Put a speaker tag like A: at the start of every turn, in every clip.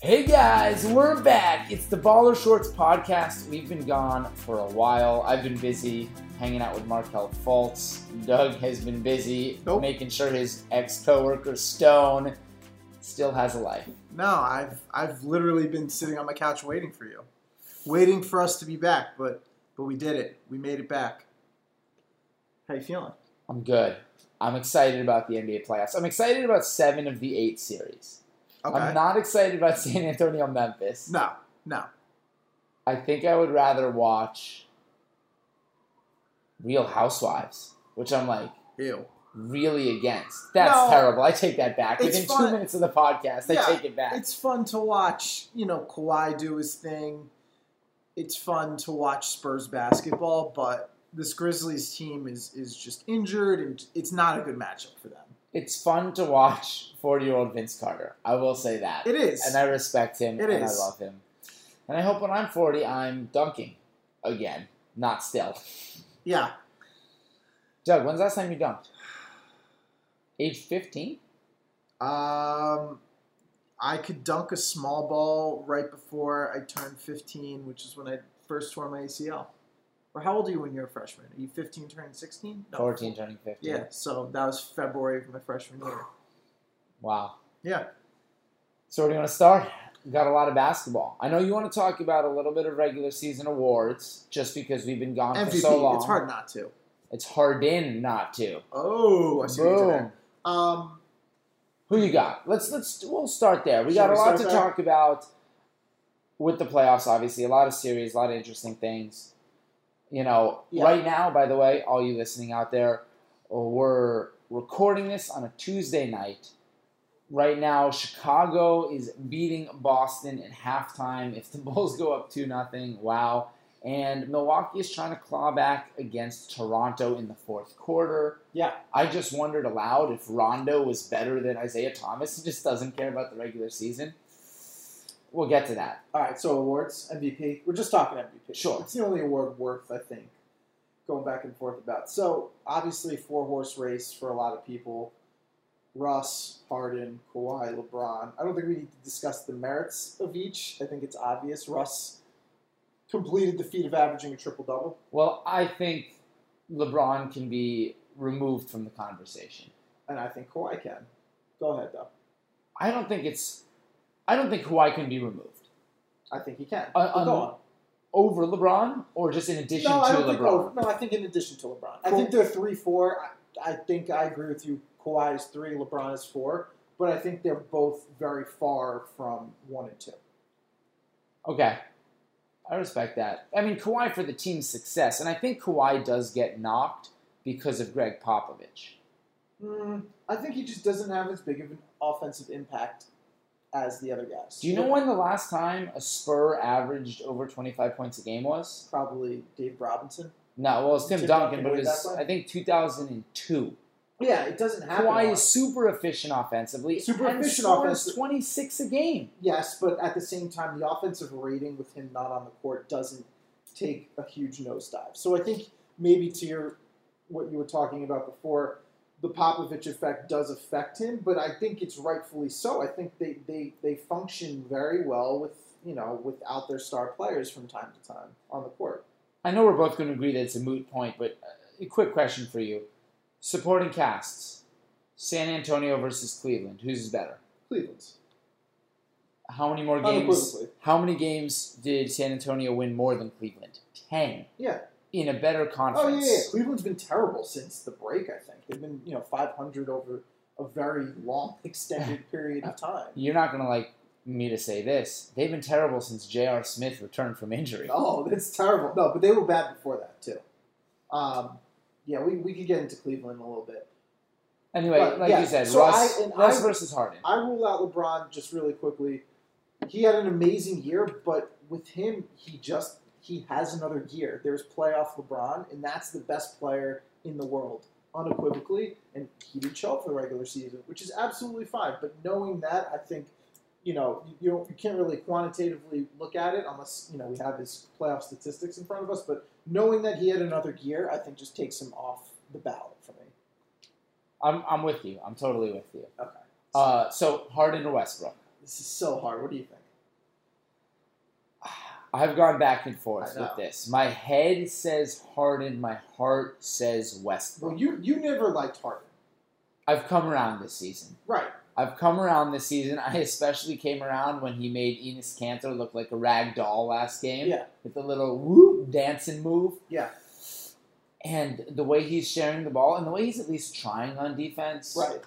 A: Hey guys, we're back. It's the Baller Shorts podcast. We've been gone for a while. I've been busy hanging out with Markel Fultz. Doug has been busy
B: Nope.
A: making sure his ex coworker Stone still has a life.
B: No, I've I've literally been sitting on my couch waiting for you, waiting for us to be back. But but we did it. We made it back. How you feeling?
A: I'm good. I'm excited about the NBA playoffs. I'm excited about seven of the eight series.
B: Okay.
A: I'm not excited about San Antonio Memphis.
B: no, no.
A: I think I would rather watch Real Housewives, which I'm like
B: Ew.
A: really against. That's
B: No.
A: terrible. I take that back.
B: It's
A: Within two
B: fun.
A: minutes of the podcast,
B: Yeah,
A: I take it back.
B: It's fun to watch. You know, Kawhi do his thing. It's fun to watch Spurs basketball, but this Grizzlies team is is just injured, and it's not a good matchup for them.
A: It's fun to watch 40 year old Vince Carter. I will say that.
B: It is.
A: And I respect him
B: It
A: and
B: is.
A: I love him. And I hope when I'm 40, I'm dunking again, not still.
B: yeah.
A: Doug, when's the last time you dunked? Age 15?
B: Um, I could dunk a small ball right before I turned 15, which is when I first tore my ACL. Or how old are you when you're a freshman? Are you 15 turning 16?
A: 14, turning 15.
B: Yeah, so that was February of my freshman year.
A: Wow.
B: Yeah.
A: So where do you want to start? We've got a lot of basketball. I know you want to talk about a little bit of regular season awards just because we've been gone for
B: MVP.
A: so long.
B: It's hard not to.
A: It's hard in not to.
B: Oh, I see what you did there.
A: Boom.
B: Um,
A: Who you got? Let's let's we'll start there. We
B: Shall
A: got a
B: we
A: lot
B: start
A: to
B: there?
A: talk about with the playoffs. Obviously, a lot of series, a lot of interesting things. You know,
B: Yeah.
A: right now, by the way, all you listening out there, we're recording this on a Tuesday night. Right now, Chicago is beating Boston in halftime. If the Bulls go up two nothing, wow. And Milwaukee is trying to claw back against Toronto in the fourth quarter.
B: yeah.
A: I just wondered aloud if Rondo was better than Isaiah Thomas. He just doesn't care about the regular season. We'll get to that.
B: All right, so awards, MVP. We're just talking MVP.
A: Sure.
B: It's the only award worth, I think, going back and forth about. So, obviously, four horse race for a lot of people Russ, Harden, Kawhi, LeBron. I don't think we need to discuss the merits of each. I think it's obvious. Russ completed the feat of averaging a triple double.
A: Well, I think LeBron can be removed from the conversation.
B: And I think Kawhi can. Go ahead, though.
A: I don't think it's. I don't think Kawhi can be removed
B: I think he can.
A: Uh,
B: But go
A: um,
B: on.
A: over LeBron, or just in addition
B: no,
A: to
B: I don't think
A: LeBron.
B: over. No, I think in addition to LeBron. I
A: Cool.
B: think they're three, four. I, I think I agree with you. Kawhi is three, LeBron is four, but I think they're both very far from one and two.
A: Okay, I respect that. I mean, Kawhi for the team's success, and I think Kawhi does get knocked because of Greg Popovich.
B: Mm, I think he just doesn't have as big of an offensive impact as the other guys.
A: Do you know when the last time a Spur averaged over 25 points a game was?
B: Probably Dave Robinson.
A: No, well, it's Tim,
B: Tim
A: Duncan,
B: Duncan
A: but
B: way
A: it was,
B: back when?
A: I think, 2002.
B: Yeah, it doesn't happen. a
A: Kawhi
B: lot.
A: is super efficient offensively.
B: Super
A: and
B: efficient
A: scores
B: offensive-
A: 26 a game.
B: Yes, but at the same time, the offensive rating with him not on the court doesn't take a huge nosedive. So I think maybe to your what you were talking about before, the Popovich effect does affect him, but I think it's rightfully so. I think they, they, they function very well with you know without their star players from time to time on the court.
A: I know we're both going to agree that it's a moot point, but uh, a quick question for you. Supporting casts San Antonio versus Cleveland. Who's is better?
B: Cleveland's
A: How many more games?
B: unequivocally.
A: How many games did San Antonio win more than Cleveland? 10.
B: Yeah.
A: In a better
B: Oh
A: conference.
B: yeah, yeah, Cleveland's been terrible since the break. I think they've been you know 500 over a very long extended period of time.
A: You're not going to like me to say this. They've been terrible since J.R. Smith returned from injury.
B: Oh, that's terrible. No, but they were bad before that too. Um, yeah, we, we could get into Cleveland in a little bit.
A: Anyway,
B: But,
A: like
B: yeah,
A: you said,
B: so
A: Russ,
B: I- and
A: Russ
B: I-
A: versus Harden.
B: I rule out LeBron just really quickly. He had an amazing year, but with him, he just he has another gear. There's playoff LeBron, and that's the best player in the world, unequivocally. And he didn't show up for the regular season, which is absolutely fine. But knowing that, I think you know you, you, don't, you can't really quantitatively look at it unless you know we have his playoff statistics in front of us. But knowing that he had another gear, I think just takes him off the ballot for me.
A: I'm, I'm with you. I'm totally with you.
B: Okay.
A: Uh, so Harden or Westbrook?
B: This is so hard. What do you think?
A: I've gone back and forth
B: I know.
A: with this. My head says Harden. My heart says Westbrook.
B: Well, you you never liked Harden,
A: I've come around this season.
B: right?
A: I've come around this season. I especially came around when he made Enos Cantor look like a rag doll last game
B: Yeah.
A: with the little whoop dancing move.
B: Yeah.
A: And the way he's sharing the ball and the way he's at least trying on defense.
B: Right.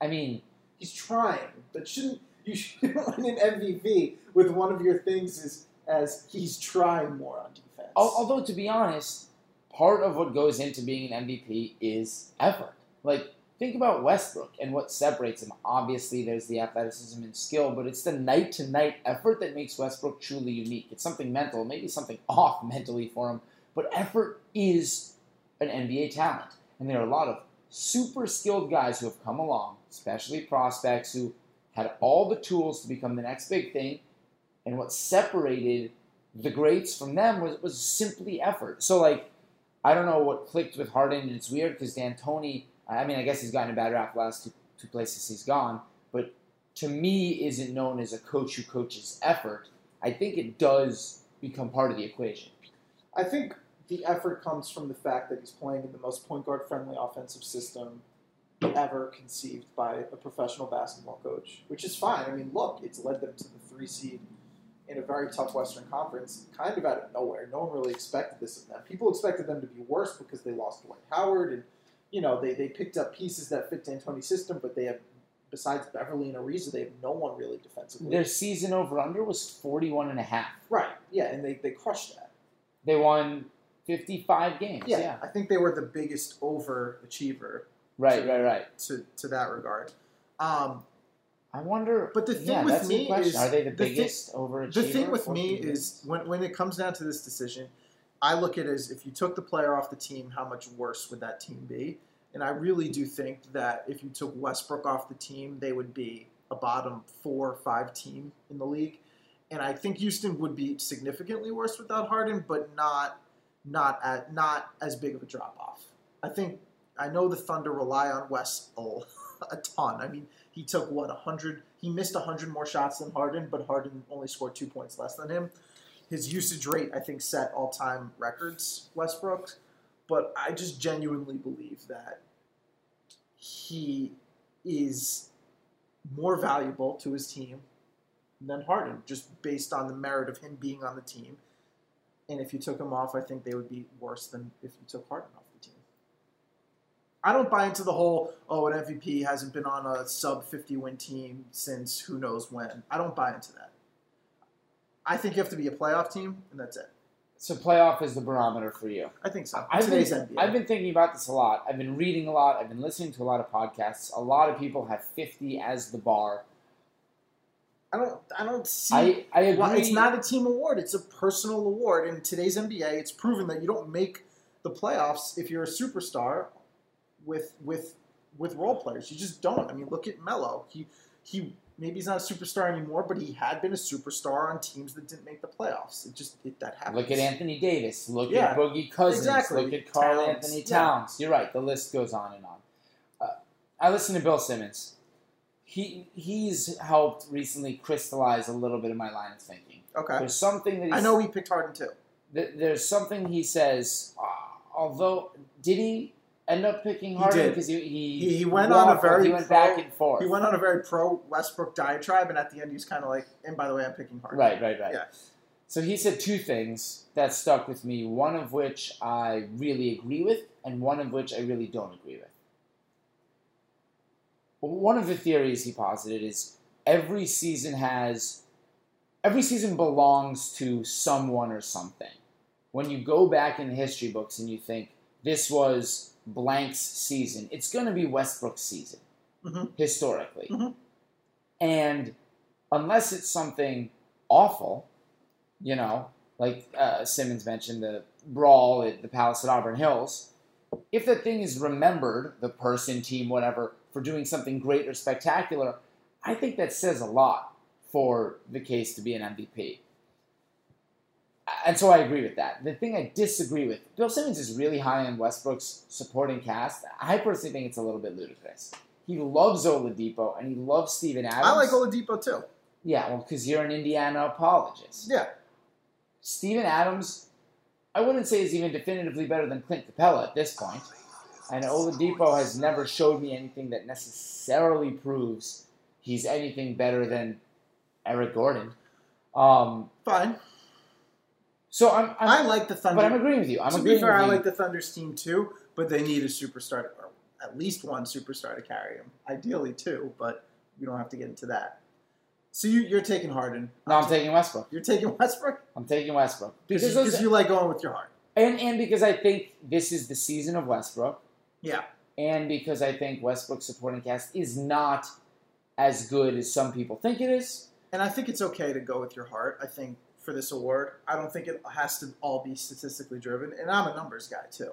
A: I mean,
B: He's trying, but shouldn't you should win an MVP with one of your things is as he's trying more on defense.
A: Al- Although to be honest, part of what goes into being an MVP is effort. Like think about Westbrook and what separates him. Obviously, there's the athleticism and skill, but it's the night-to-night effort that makes Westbrook truly unique. It's something mental, maybe something off mentally for him, but effort is an NBA talent, and there are a lot of super skilled guys who have come along, especially prospects who had all the tools to become the next big thing. And what separated the greats from them was, was simply effort. So like, I don't know what clicked with Harden, and it's weird because D'Antoni. I mean, I guess he's gotten a bad rap the last two, two places he's gone, but to me, isn't known as a coach who coaches effort. I think it does become part of the equation.
B: I think the effort comes from the fact that he's playing in the most point guard friendly offensive system ever conceived by a professional basketball coach, which is fine. I mean, look, it's led them to the three seed in a very tough Western Conference, kind of out of nowhere. No one really expected this of them. People expected them to be worse because they lost Dwight Howard and you know they, they picked up pieces that fit D'Antoni's system, but they have besides Beverly and Ariza, they have no one really defensively.
A: Their season over under was 41 and a half.
B: right, yeah, and they, they crushed that.
A: They won 55 games.
B: Yeah,
A: Yeah.
B: I think they were the biggest overachiever
A: Right, right, right.
B: to, to that regard. Um,
A: I wonder.
B: But the thing
A: yeah,
B: with
A: that's a good
B: me
A: question.
B: is-
A: are they the,
B: the thing-
A: biggest overachiever?
B: the thing with me
A: 14 games?
B: is when, when it comes down to this decision, I look at it as if you took the player off the team, how much worse would that team be? And I really do think that if you took Westbrook off the team, they would be a bottom four or five team in the league. And I think Houston would be significantly worse without Harden, but not not at not as big of a drop off. I think I know the Thunder rely on Wes a, a ton. I mean, he took what 100 he missed 100 more shots than harden but harden only scored two points less than him his usage rate i think set all-time records westbrook but i just genuinely believe that he is more valuable to his team than harden just based on the merit of him being on the team and if you took him off i think they would be worse than if you took harden off the team I don't buy into the whole oh an MVP hasn't been on a sub 50 win team since who knows when. I don't buy into that. I think you have to be a playoff team and that's it.
A: So playoff is the barometer for you.
B: I think so.
A: I've
B: Today's
A: been,
B: NBA.
A: I've been thinking about this a lot. I've been reading a lot. I've been listening to a lot of podcasts. A lot of people have 50 as the bar.
B: I don't I don't see
A: I, I agree.
B: Well, it's not a team award, it's a personal award. In today's NBA, it's proven that you don't make the playoffs if you're a superstar with with with role players. You just don't. I mean, look at Melo. He he maybe he's not a superstar anymore, but he had been a superstar on teams that didn't make the playoffs. It just it, that happens.
A: Look at Anthony Davis. Look
B: Yeah,
A: at Boogie Cousins.
B: exactly.
A: Look at Carl
B: Towns,
A: Anthony
B: yeah.
A: Towns. You're right. The list goes on and on. Uh, I listen to Bill Simmons. He he's helped recently crystallize a little bit of my line of thinking.
B: Okay.
A: There's something that he's,
B: Uh, I know we picked Harden too.
A: th- there's something he says. ah, although did he end up picking
B: He
A: Harden
B: did.
A: because he, he
B: He- he went on a
A: waffled.
B: very
A: he went
B: pro-
A: back and forth.
B: He went on a very pro Westbrook diatribe, and at the end, he's kind of like, "And by the way, I'm picking Harden."
A: Right, right, right.
B: Yeah.
A: So he said two things that stuck with me, one of which I really agree with, and one of which I really don't agree with. One of the theories he posited is every season has, every season belongs to someone or something. When you go back in the history books and you think this was blank's season, it's going to be Westbrook's season
B: Mhm.
A: historically.
B: Mhm.
A: And unless it's something awful, you know, like uh, Simmons mentioned the brawl at the Palace at Auburn Hills. If the thing is remembered, the person, team, whatever, for doing something great or spectacular, I think that says a lot for the case to be an MVP. And so I agree with that. The thing I disagree with, Bill Simmons is really high on Westbrook's supporting cast. I personally think it's a little bit ludicrous. He loves Oladipo and he loves Steven Adams.
B: I like Oladipo too.
A: Yeah, well, because you're an Indiana apologist.
B: Yeah.
A: Steven Adams, I wouldn't say is even definitively better than Clint Capella at this point. And Oladipo has never showed me anything that necessarily proves he's anything better than Eric Gordon. Um,
B: Fine.
A: so I'm, I'm
B: I like the Thunder.
A: but I'm agreeing with you. I'm
B: to
A: agreeing
B: be fair,
A: with
B: I
A: you.
B: like the Thunder's team too, but they need a superstar, to, or at least one superstar to carry them. Ideally two, but we don't have to get into that. So you, you're taking Harden.
A: no, I'm taking Westbrook.
B: You're taking Westbrook
A: I'm taking Westbrook
B: because
A: Because
B: you,
A: those-
B: 'cause you like going with your heart.
A: and and because I think this is the season of Westbrook.
B: Yeah.
A: And because I think Westbrook's supporting cast is not as good as some people think it is.
B: And I think it's okay to go with your heart. I think for this award, I don't think it has to all be statistically driven. And I'm a numbers guy too,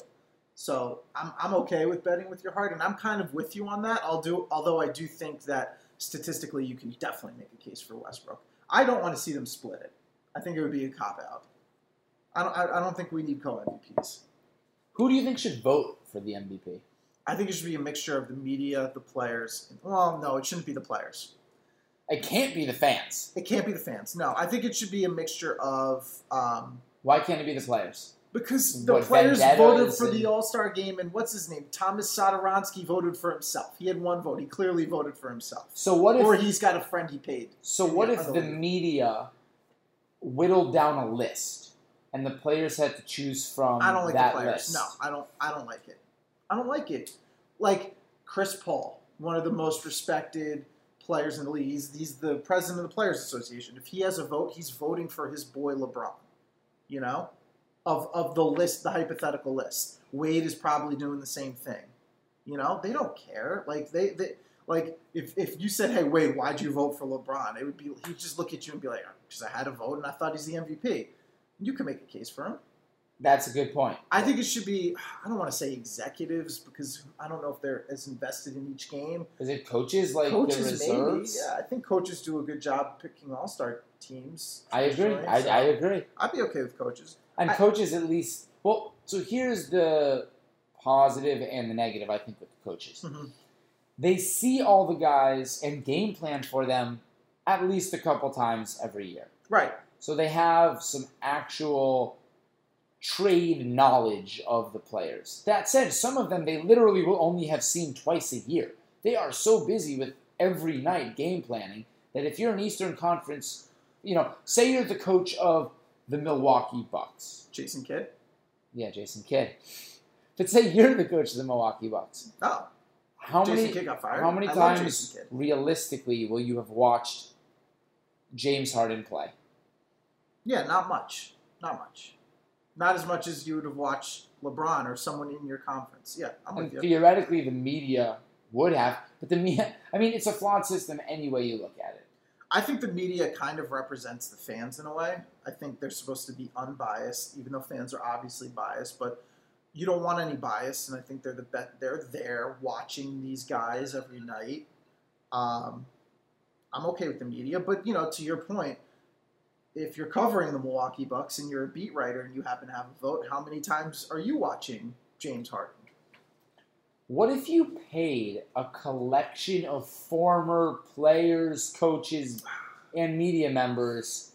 B: so I'm, I'm okay with betting with your heart. And I'm kind of with you on that. I'll do, although I do think that statistically, you can definitely make a case for Westbrook. I don't want to see them split it. I think it would be a cop out. I don't, I, I don't think we need co MVPs.
A: Who do you think should vote for the MVP?
B: I think it should be a mixture of the media, the players. and- Well, no, it shouldn't be the players.
A: It can't be the fans.
B: It can't be the fans. No, I think it should be a mixture of um,
A: Why can't it be the players?
B: Because the
A: What,
B: players
A: vendettas
B: voted for
A: and-
B: the All Star game, and what's his name? Thomas Sadoransky voted for himself. He had one vote. He clearly voted for himself.
A: So what
B: Or
A: if
B: he's got a friend he paid.
A: so what
B: Yeah,
A: if the
B: otherwise-
A: media whittled down a list and the players had to choose from
B: I don't like
A: that
B: the players.
A: list?
B: No, I don't. I don't like it. I don't like it. Like Chris Paul, one of the most respected players in the league. He's, he's the president of the Players Association. If he has a vote, he's voting for his boy LeBron. You know, of of the list, the hypothetical list. Wade is probably doing the same thing. You know, they don't care. Like they they. Like if, if you said, "Hey, Wade, why'd you vote for LeBron?" It would be he'd just look at you and be like, "Because I had a vote and I thought he's the MVP." You can make a case for him.
A: That's a good point.
B: I think it should be. I don't want to say executives because I don't know if they're as invested in each game.
A: Is it coaches like the
B: coaches, maybe.
A: reserves?
B: Yeah, I think coaches do a good job picking all star teams.
A: I agree.
B: traditionally,
A: I,
B: so
A: I agree.
B: I'd be okay with coaches.
A: And
B: I-
A: coaches at least well, so here's the positive and the negative I think with the coaches.
B: Mhm.
A: They see all the guys and game plan for them at least a couple times every year.
B: Right.
A: So they have some actual trade knowledge of the players. That said, some of them they literally will only have seen twice a year. They are so busy with every night game planning that if you're an Eastern Conference, you know, say you're the coach of the Milwaukee Bucks.
B: Jason Kidd.
A: Yeah, Jason Kidd. But say you're the coach of the Milwaukee Bucks.
B: Oh,
A: How
B: Jason
A: many
B: Kidd got fired.
A: how many
B: I love
A: times
B: Jason Kidd.
A: realistically will you have watched James Harden play?
B: Yeah, not much. Not much. Not as much as you would have watched LeBron or someone in your conference. Oh, Yeah, I'm
A: And
B: with you.
A: theoretically, the media would have, but the media, I mean, it's a flawed system any way you look at it.
B: I think the media kind of represents the fans in a way. I think they're supposed to be unbiased, even though fans are obviously biased, but you don't want any bias, and I think they're the best. They're there watching these guys every night. Um, I'm okay with the media, but you know, to your point, if you're covering the Milwaukee Bucks and you're a beat writer and you happen to have a vote, how many times are you watching James Harden?
A: What if you paid a collection of former players, coaches, and media members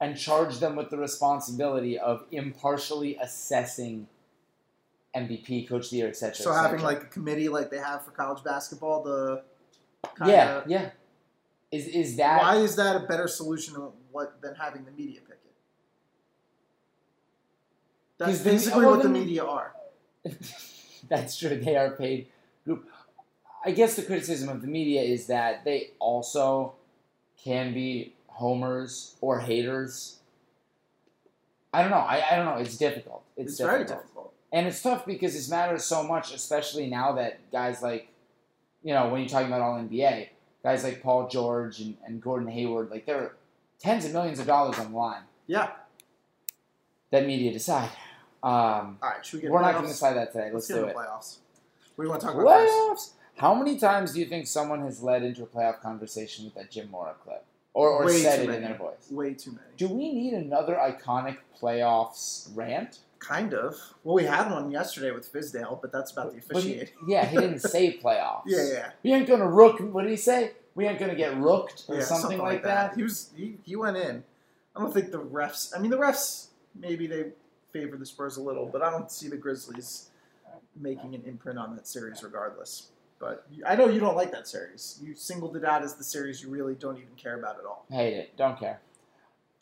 A: and charged them with the responsibility of impartially assessing MVP, coach of the year, etc.
B: So having like a committee like they have for college basketball, the kind
A: yeah,
B: of
A: yeah. Is, is that
B: Why is that a better solution than what than having the media pick it? That's
A: 'Cause the-
B: basically
A: well,
B: what the
A: then-
B: media are.
A: That's true. They are paid group. I guess the criticism of the media is that they also can be homers or haters. I don't know. I, I don't know. It's difficult. It's,
B: It's,
A: difficult.
B: very difficult.
A: And it's tough because this matters so much, especially now that guys like, you know, when you're talking about All NBA, guys like Paul George and, and Gordon Hayward, like they're tens of millions of dollars on the line
B: Yeah.
A: that media decide. Um,
B: All right. Should we get?
A: we're
B: playoffs?
A: not going to decide that today.
B: Let's
A: Let's,
B: get
A: do
B: into
A: it.
B: playoffs. What do you want to talk about first?
A: Playoffs. How many times do you think someone has led into a playoff conversation with that Jim Mora clip, or, or
B: Way
A: said
B: too
A: it in
B: many.
A: their voice?
B: Way too many.
A: Do we need another iconic playoffs rant?
B: Kind of. Well, we had one yesterday with Fizdale, but that's about the
A: But he-
B: officiating.
A: yeah, he didn't say playoffs.
B: Yeah, yeah,
A: We ain't gonna rook. What did he say? We ain't gonna get rooked or
B: yeah,
A: something, like that.
B: He was he, he went in. I I don't think the refs. I mean, the refs maybe they favor the Spurs a little, but I don't see the Grizzlies making an imprint on that series regardless. But you, I know you don't like that series. You singled it out as the series you really don't even care about at all.
A: Hate it. Don't care.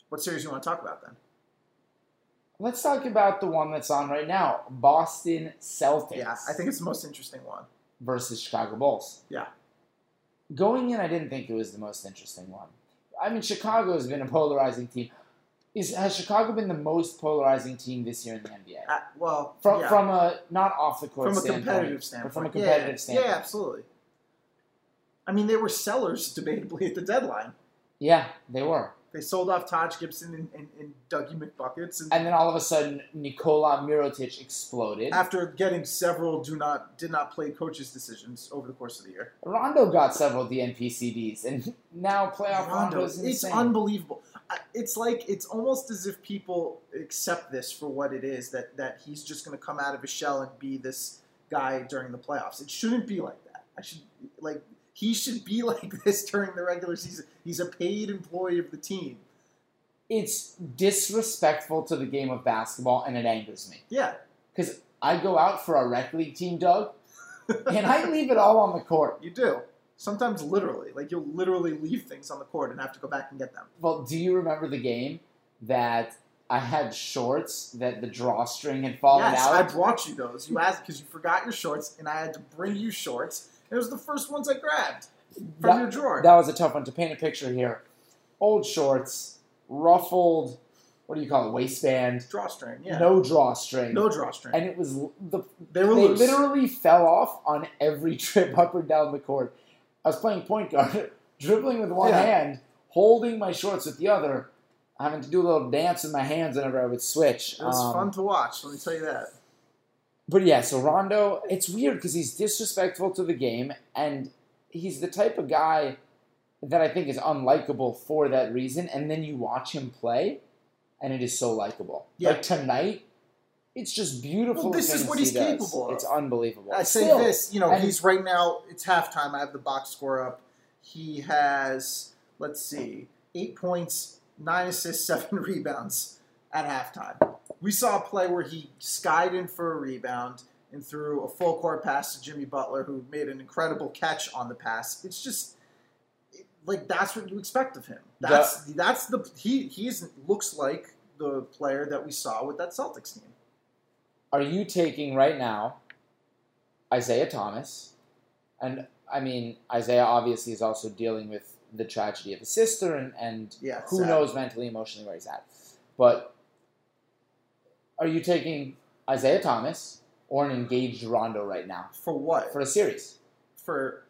B: What series you want to talk about then?
A: Let's talk about the one that's on right now: Boston Celtics
B: Yeah, I think it's the most interesting one.
A: versus Chicago Bulls.
B: Yeah.
A: Going in, I didn't think it was the most interesting one. I mean, Chicago has been a polarizing team. Is has Chicago been the most polarizing team this year in the NBA?
B: Uh, well,
A: From
B: yeah.
A: from a not off the court
B: from a
A: standpoint,
B: competitive
A: but
B: standpoint.
A: from a
B: Yeah,
A: competitive standpoint,
B: Yeah, absolutely. I mean, they were sellers debatably at the deadline.
A: yeah, they were.
B: They sold off Taj Gibson and, and, and Dougie McBuckets, and,
A: And then all of a sudden, Nikola Mirotic exploded.
B: after getting several do not did not play coaches decisions over the course of the year.
A: Rondo got several DNPCDs, and now playoff Rondo's insane.
B: it's unbelievable. I- It's like it's almost as if people accept this for what it is that that he's just going to come out of his shell and be this guy during the playoffs. It shouldn't be like that. I should like he should be like this during the regular season. He's a paid employee of the team.
A: It's disrespectful to the game of basketball, and it angers me.
B: Yeah,
A: Because I go out for a rec league team, Doug, and I leave it all on the court.
B: you do. Sometimes literally, like you'll literally leave things on the court and have to go back and get them.
A: Well, do you remember the game that I had shorts that the drawstring had fallen
B: yes, I
A: out?
B: brought you those. You asked because you forgot your shorts, and I had to bring you shorts. And it was the first ones I grabbed from
A: That-
B: your drawer.
A: that was a tough one to paint a picture here. Old shorts, ruffled, what do you call it, waistband,
B: drawstring, yeah.
A: no drawstring.
B: No drawstring.
A: and it was l- the
B: they were
A: they
B: loose.
A: literally fell off on every trip up or down the court. I was playing point guard, dribbling with one
B: Yeah.
A: hand, holding my shorts with the other, having to do a little dance with my hands whenever I would switch.
B: it was
A: Um,
B: fun to watch. Let me tell you that.
A: But yeah, so Rondo, it's weird because he's disrespectful to the game, and he's the type of guy that I think is unlikable for that reason. And then you watch him play, and it is so likable.
B: Yeah.
A: Like tonight, it's just beautiful.
B: Well, this is
A: things
B: what he's
A: he does.
B: capable of.
A: It's unbelievable.
B: I say
A: Still,
B: this, you know,
A: and-
B: he's right now. It's halftime. I have the box score up. He has, let's see, eight points, nine assists, seven rebounds at halftime. We saw a play where he skied in for a rebound and threw a full court pass to Jimmy Butler, who made an incredible catch on the pass. It's just it- like that's what you expect of him.
A: The-
B: That's that's the he he's looks like the player that we saw with that Celtics team.
A: Are you taking right now Isaiah Thomas? And I mean, Isaiah obviously is also dealing with the tragedy of his sister and, and
B: Yeah,
A: who
B: sad.
A: knows mentally, emotionally where he's at. But are you taking Isaiah Thomas or an engaged Rondo right now
B: for what
A: for a series?
B: for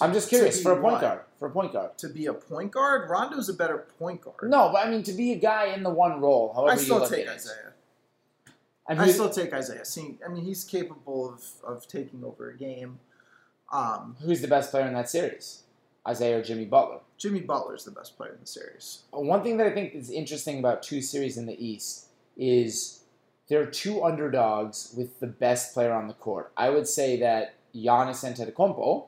A: I'm just
B: to
A: curious
B: be
A: for a point
B: what?
A: guard. For a point guard.
B: to be a point guard. Rondo's a better point guard.
A: No, but I mean to be a guy in the one role. However
B: I
A: you
B: still
A: look
B: take
A: at it.
B: Isaiah.
A: I
B: I
A: mean,
B: still take Isaiah. Seeing, I mean, he's capable of, of taking over a game. Um,
A: who's the best player in that series? Isaiah or Jimmy Butler?
B: Jimmy Butler's the best player in the series.
A: one thing that I think is interesting about two series in the East is there are two underdogs with the best player on the court. I would say that Giannis Antetokounmpo,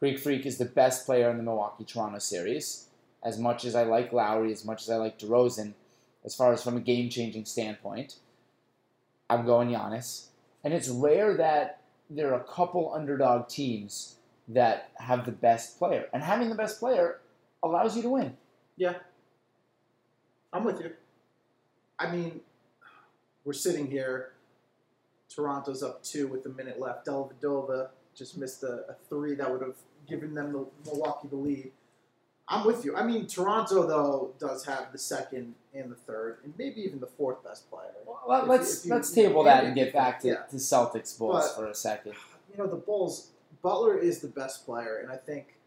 A: Greek Freak, is the best player in the Milwaukee Toronto series. As much as I like Lowry, as much as I like DeRozan, as far as from a game changing standpoint, I'm going Giannis. And it's rare that there are a couple underdog teams that have the best player. And having the best player allows you to win.
B: I'm with you. I mean, we're sitting here. Toronto's up two with a minute left. Delvedova just missed a, a three that would have given them the Milwaukee the lead. I'm with you. I mean, Toronto though does have the second and the third, and maybe even the fourth best player.
A: Well, let-
B: If-
A: let's
B: if you-
A: let's
B: yeah,
A: table
B: yeah,
A: that and
B: yeah,
A: get back to,
B: yeah.
A: to Celtics Bulls
B: But-
A: for a second.
B: You know, the Bulls. Butler is the best player, and I think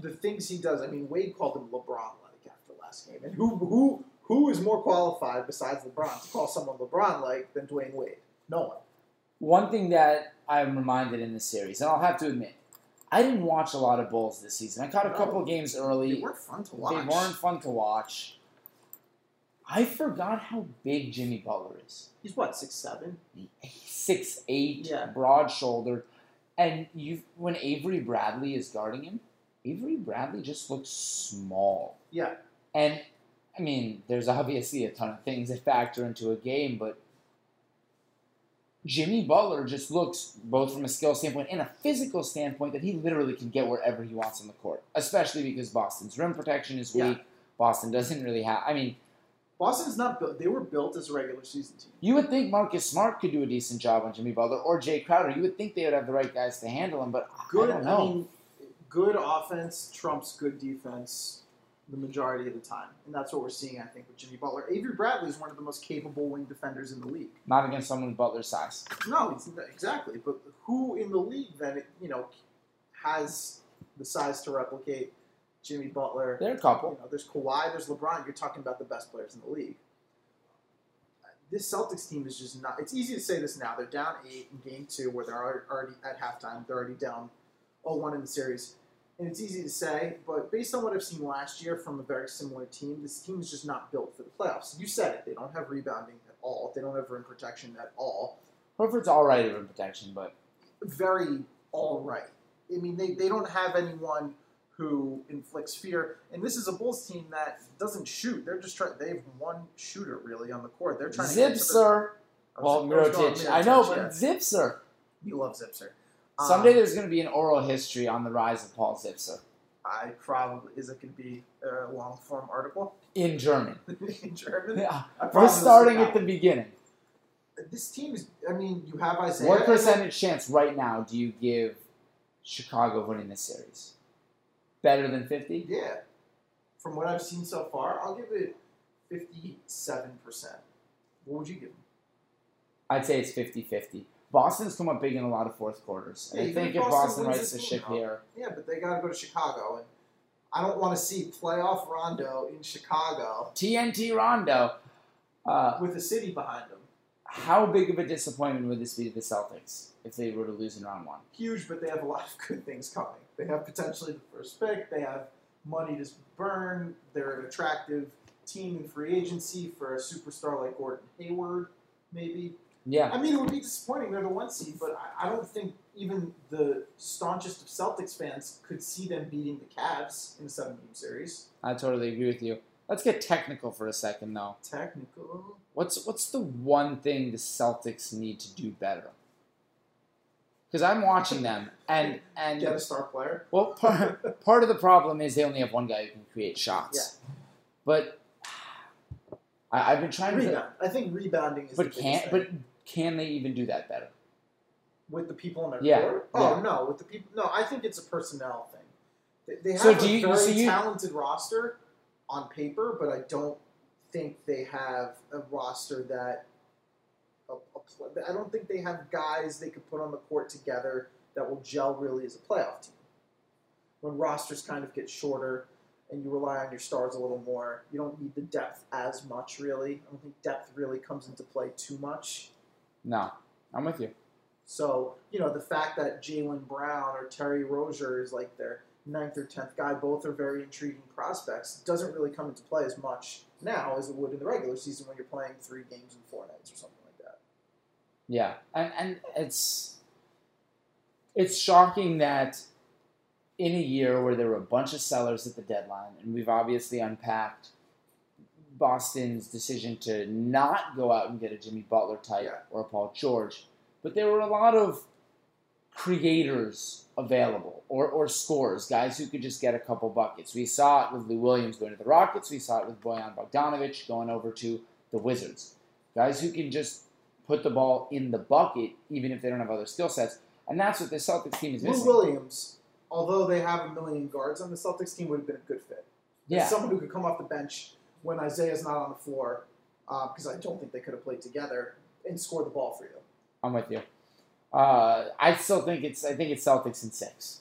B: the things he does. I mean, Wade called him LeBron like after last game, and who who who is more qualified besides LeBron to call someone LeBron like than Dwayne Wade? No one.
A: One thing that I'm reminded in this series, and I'll have to admit, I didn't watch a lot of Bulls this season. I caught a
B: No.
A: couple games
B: They
A: early.
B: weren't fun to
A: They
B: watch.
A: weren't fun to watch. I forgot how big Jimmy Butler is.
B: He's what six seven.
A: Six eight,
B: Yeah.
A: broad shouldered, and you when Avery Bradley is guarding him, Avery Bradley just looks small.
B: Yeah.
A: And I mean, there's obviously a ton of things that factor into a game, but Jimmy Butler just looks, both from a skill standpoint and a physical standpoint, that he literally can get wherever he wants on the court, especially because Boston's rim protection is weak.
B: Yeah.
A: Boston doesn't really have. I mean,
B: Boston's not built. They were built as a regular season team.
A: you would think Marcus Smart could do a decent job on Jimmy Butler or Jay Crowder. You would think they would have the right guys to handle him, but I-
B: Good.
A: I don't know.
B: mean, good offense trumps good defense the majority of the time, and that's what we're seeing. I think with Jimmy Butler, Avery Bradley is one of the most capable wing defenders in the league.
A: Not against someone with Butler's size.
B: No, it's not- exactly. But who in the league then you know has the size to replicate Jimmy Butler?
A: They're a
B: You
A: couple.
B: know, there's Kawhi, there's LeBron. You're talking about the best players in the league. This Celtics team is just not. It's easy to say this now. They're down eight in game two, where they're al- already at halftime. They're already down 0-1 in the series, and it's easy to say. But based on what I've seen last year from a very similar team, this team is just not built for the playoffs. You said it. They don't have rebounding at all. They don't have rim protection at all
A: Horford's all right at rim protection, but
B: very all right. I mean, they, they don't have anyone who inflicts fear. And this is a Bulls team that doesn't shoot. They're just trying. They have one shooter really on the court. They're trying to get to the-
A: Zipser.
B: I was-
A: Well,
B: I was going
A: Mirotic. I know,
B: Mirotic,
A: but
B: yeah.
A: Zipser.
B: you love Zipser. Um,
A: Someday there's going to be an oral history on the rise of Paul Zipser
B: I probably is it going to be a long form article
A: in German.
B: in German.
A: Yeah,
B: I
A: We're
B: promise
A: starting
B: God.
A: at the beginning.
B: This team is. I mean, you have Isaiah.
A: What percentage chance right now do you give Chicago of winning this series? Better than 50?
B: Yeah. From what I've seen so far, I'll give it fifty-seven percent. What would you give? 'em?
A: I'd say it's 50 50. Boston's come up big in a lot of fourth quarters. And
B: Yeah,
A: I
B: even
A: think
B: if
A: if
B: Boston
A: Boston
B: wins
A: rights the
B: this
A: ship
B: game,
A: here,
B: Yeah, but they got to go to Chicago, and I don't want to see playoff Rondo in Chicago
A: TNT Rondo, uh,
B: with the city behind him.
A: how big of a disappointment would this be to the Celtics if they were to lose in round one?
B: Huge, but they have a lot of good things coming. They have potentially the first pick. They have money to burn. They're an attractive team in free agency for a superstar like Gordon Hayward, maybe.
A: Yeah.
B: I mean, it would be disappointing. They're the one seed, but I, I don't think even the staunchest of Celtics fans could see them beating the Cavs in a seven-game series.
A: I totally agree with you. Let's get technical for a second, though.
B: Technical.
A: What's what's the one thing the Celtics need to do better? Because I'm watching them, and
B: Get a
A: and
B: star player.
A: well, part, part of the problem is they only have one guy who can create shots. But I, I've been trying to.
B: Rebound. I think rebounding is.
A: But
B: the biggest
A: can
B: thing.
A: but can they even do that better?
B: with the people on their
A: Yeah,
B: court? Oh no, with the people. No, I think it's a personnel thing. They, they have
A: So
B: a
A: do you-
B: very
A: so you-
B: talented roster on paper, but I don't think they have a roster that. A, a pl- I don't think they have guys they could put on the court together that will gel really as a playoff team. When rosters kind of get shorter and you rely on your stars a little more, you don't need the depth as much, really. I don't think depth really comes into play too much.
A: No, I'm with you.
B: So, you know, the fact that Jalen Brown or Terry Rozier is like their ninth or tenth guy, both are very intriguing prospects, doesn't really come into play as much now as it would in the regular season when you're playing three games in four nights or something like that.
A: Yeah, and and it's it's shocking that in a year where there were a bunch of sellers at the deadline, and we've obviously unpacked Boston's decision to not go out and get a Jimmy Butler type
B: Yeah.
A: or a Paul George, but there were a lot of creators available or or scorers, guys who could just get a couple buckets. We saw it with Lou Williams going to the Rockets. We saw it with Boyan Bogdanovich going over to the Wizards. Guys who can just put the ball in the bucket, even if they don't have other skill sets. And that's what the Celtics team is
B: Lou
A: missing.
B: Williams, although they have a million guards on the Celtics team, would have been a good fit. There's
A: yeah,
B: Someone who could come off the bench when Isaiah's not on the floor, because I don't think they could have played together and scored the ball for you.
A: I'm with you. Uh, I still think it's I think it's Celtics in six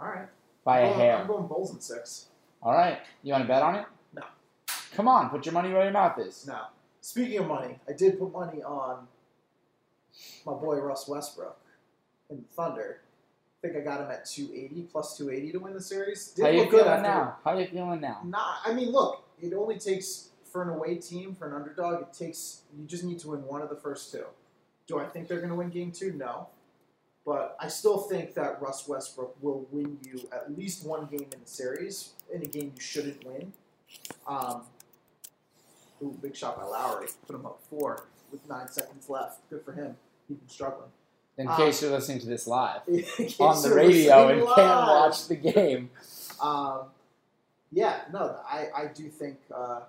B: All right.
A: by a
B: I'm going- I'm
A: hair.
B: going Bulls in six.
A: All right, you want to bet on it?
B: No.
A: Come on, put your money where your mouth is.
B: Now, speaking of money, I did put money on my boy Russ Westbrook in the Thunder. I think I got him at 280 plus 280 to win the series. Did
A: How you
B: look good
A: feeling
B: after-
A: now? How you feeling now?
B: Nah, I mean, look, it only takes for an away team for an underdog. It takes you just need to win one of the first two. Do I think they're going to win game two? No, but I still think that Russ Westbrook will win you at least one game in the series in a game you shouldn't win. Um, ooh, big shot by Lowry. Put him up four with nine seconds left. Good for him. He's been struggling.
A: In
B: Um,
A: case you're listening to this live
B: In
A: on
B: case
A: the
B: you're
A: radio and
B: listening
A: can't
B: live.
A: watch the game,
B: Um, yeah, no, I, I do think uh,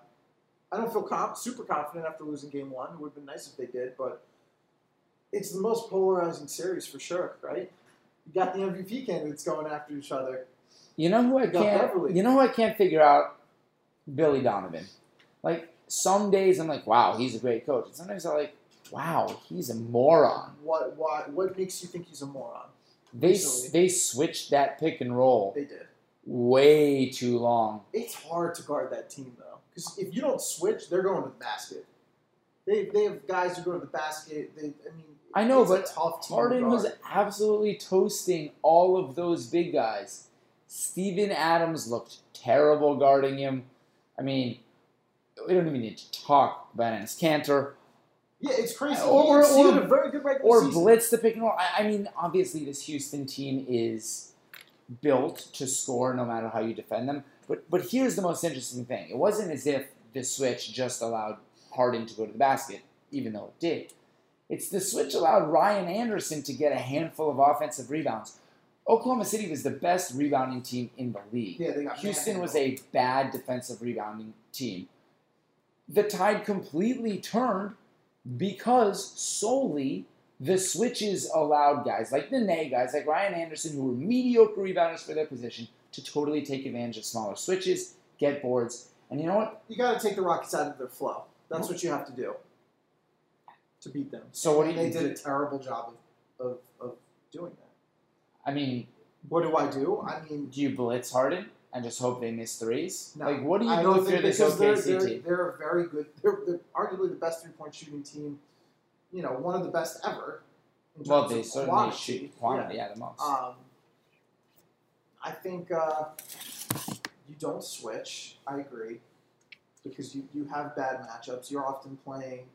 B: I don't feel com- super confident after losing game one. It would have been nice if they did, but it's the most polarizing series for sure, right? You got the MVP candidates going after each other.
A: you know who I
B: Got
A: can't.
B: Beverly.
A: You know who I can't figure out. Billy Donovan. Like some days I'm like, wow, he's a great coach. And sometimes I'm like, wow, he's a moron.
B: What why what makes you think he's a moron?
A: They
B: Recently.
A: they switched that pick and roll
B: They did.
A: way too long.
B: It's hard to guard that team though, because if you don't switch, they're going to the basket. They, they have guys who go to the basket. They I mean
A: I know,
B: it's a
A: but
B: tough team to
A: Harden was
B: guard.
A: absolutely toasting all of those big guys. Steven Adams looked terrible guarding him. I mean, we don't even need to talk about Ennis Cantor
B: yeah, it's crazy.
A: Or-
B: He
A: or-
B: exceeded
A: or-
B: a very good regular
A: or
B: season.
A: blitz the pick and roll. I, I mean, obviously, this Houston team is built to score no matter how you defend them. But but here's the most interesting thing: it wasn't as if the switch just allowed Harden to go to the basket, even though it did. It's the switch allowed Ryan Anderson to get a handful of offensive rebounds. Oklahoma City was the best rebounding team in the league.
B: Yeah, they got
A: Houston
B: manhandled.
A: was a bad defensive rebounding team. The tide completely turned because solely the switches allowed guys like Nene, guys like Ryan Anderson, who were mediocre rebounders for their position, to totally take advantage of smaller switches, get boards. And you know what?
B: You got to take the Rockets out of their flow. That's what you have to do to beat them.
A: So what do
B: And they
A: you
B: did a
A: do?
B: terrible job of, of, of doing that.
A: I mean,
B: What do I do? I mean,
A: do you blitz Harden and just hope they miss threes?
B: No.
A: Like, what do you
B: I
A: do
B: don't
A: if you're
B: think
A: this
B: because they're,
A: OKC
B: they're,
A: team?
B: they're a very good. They're, they're arguably the best three point shooting team. You know, one of the best ever. in
A: Well,
B: terms
A: they
B: of
A: certainly
B: quantity.
A: shoot
B: Yeah.
A: quantity yeah. the most.
B: Um, I think uh, you don't switch. I agree because you, you have bad matchups. You're often playing,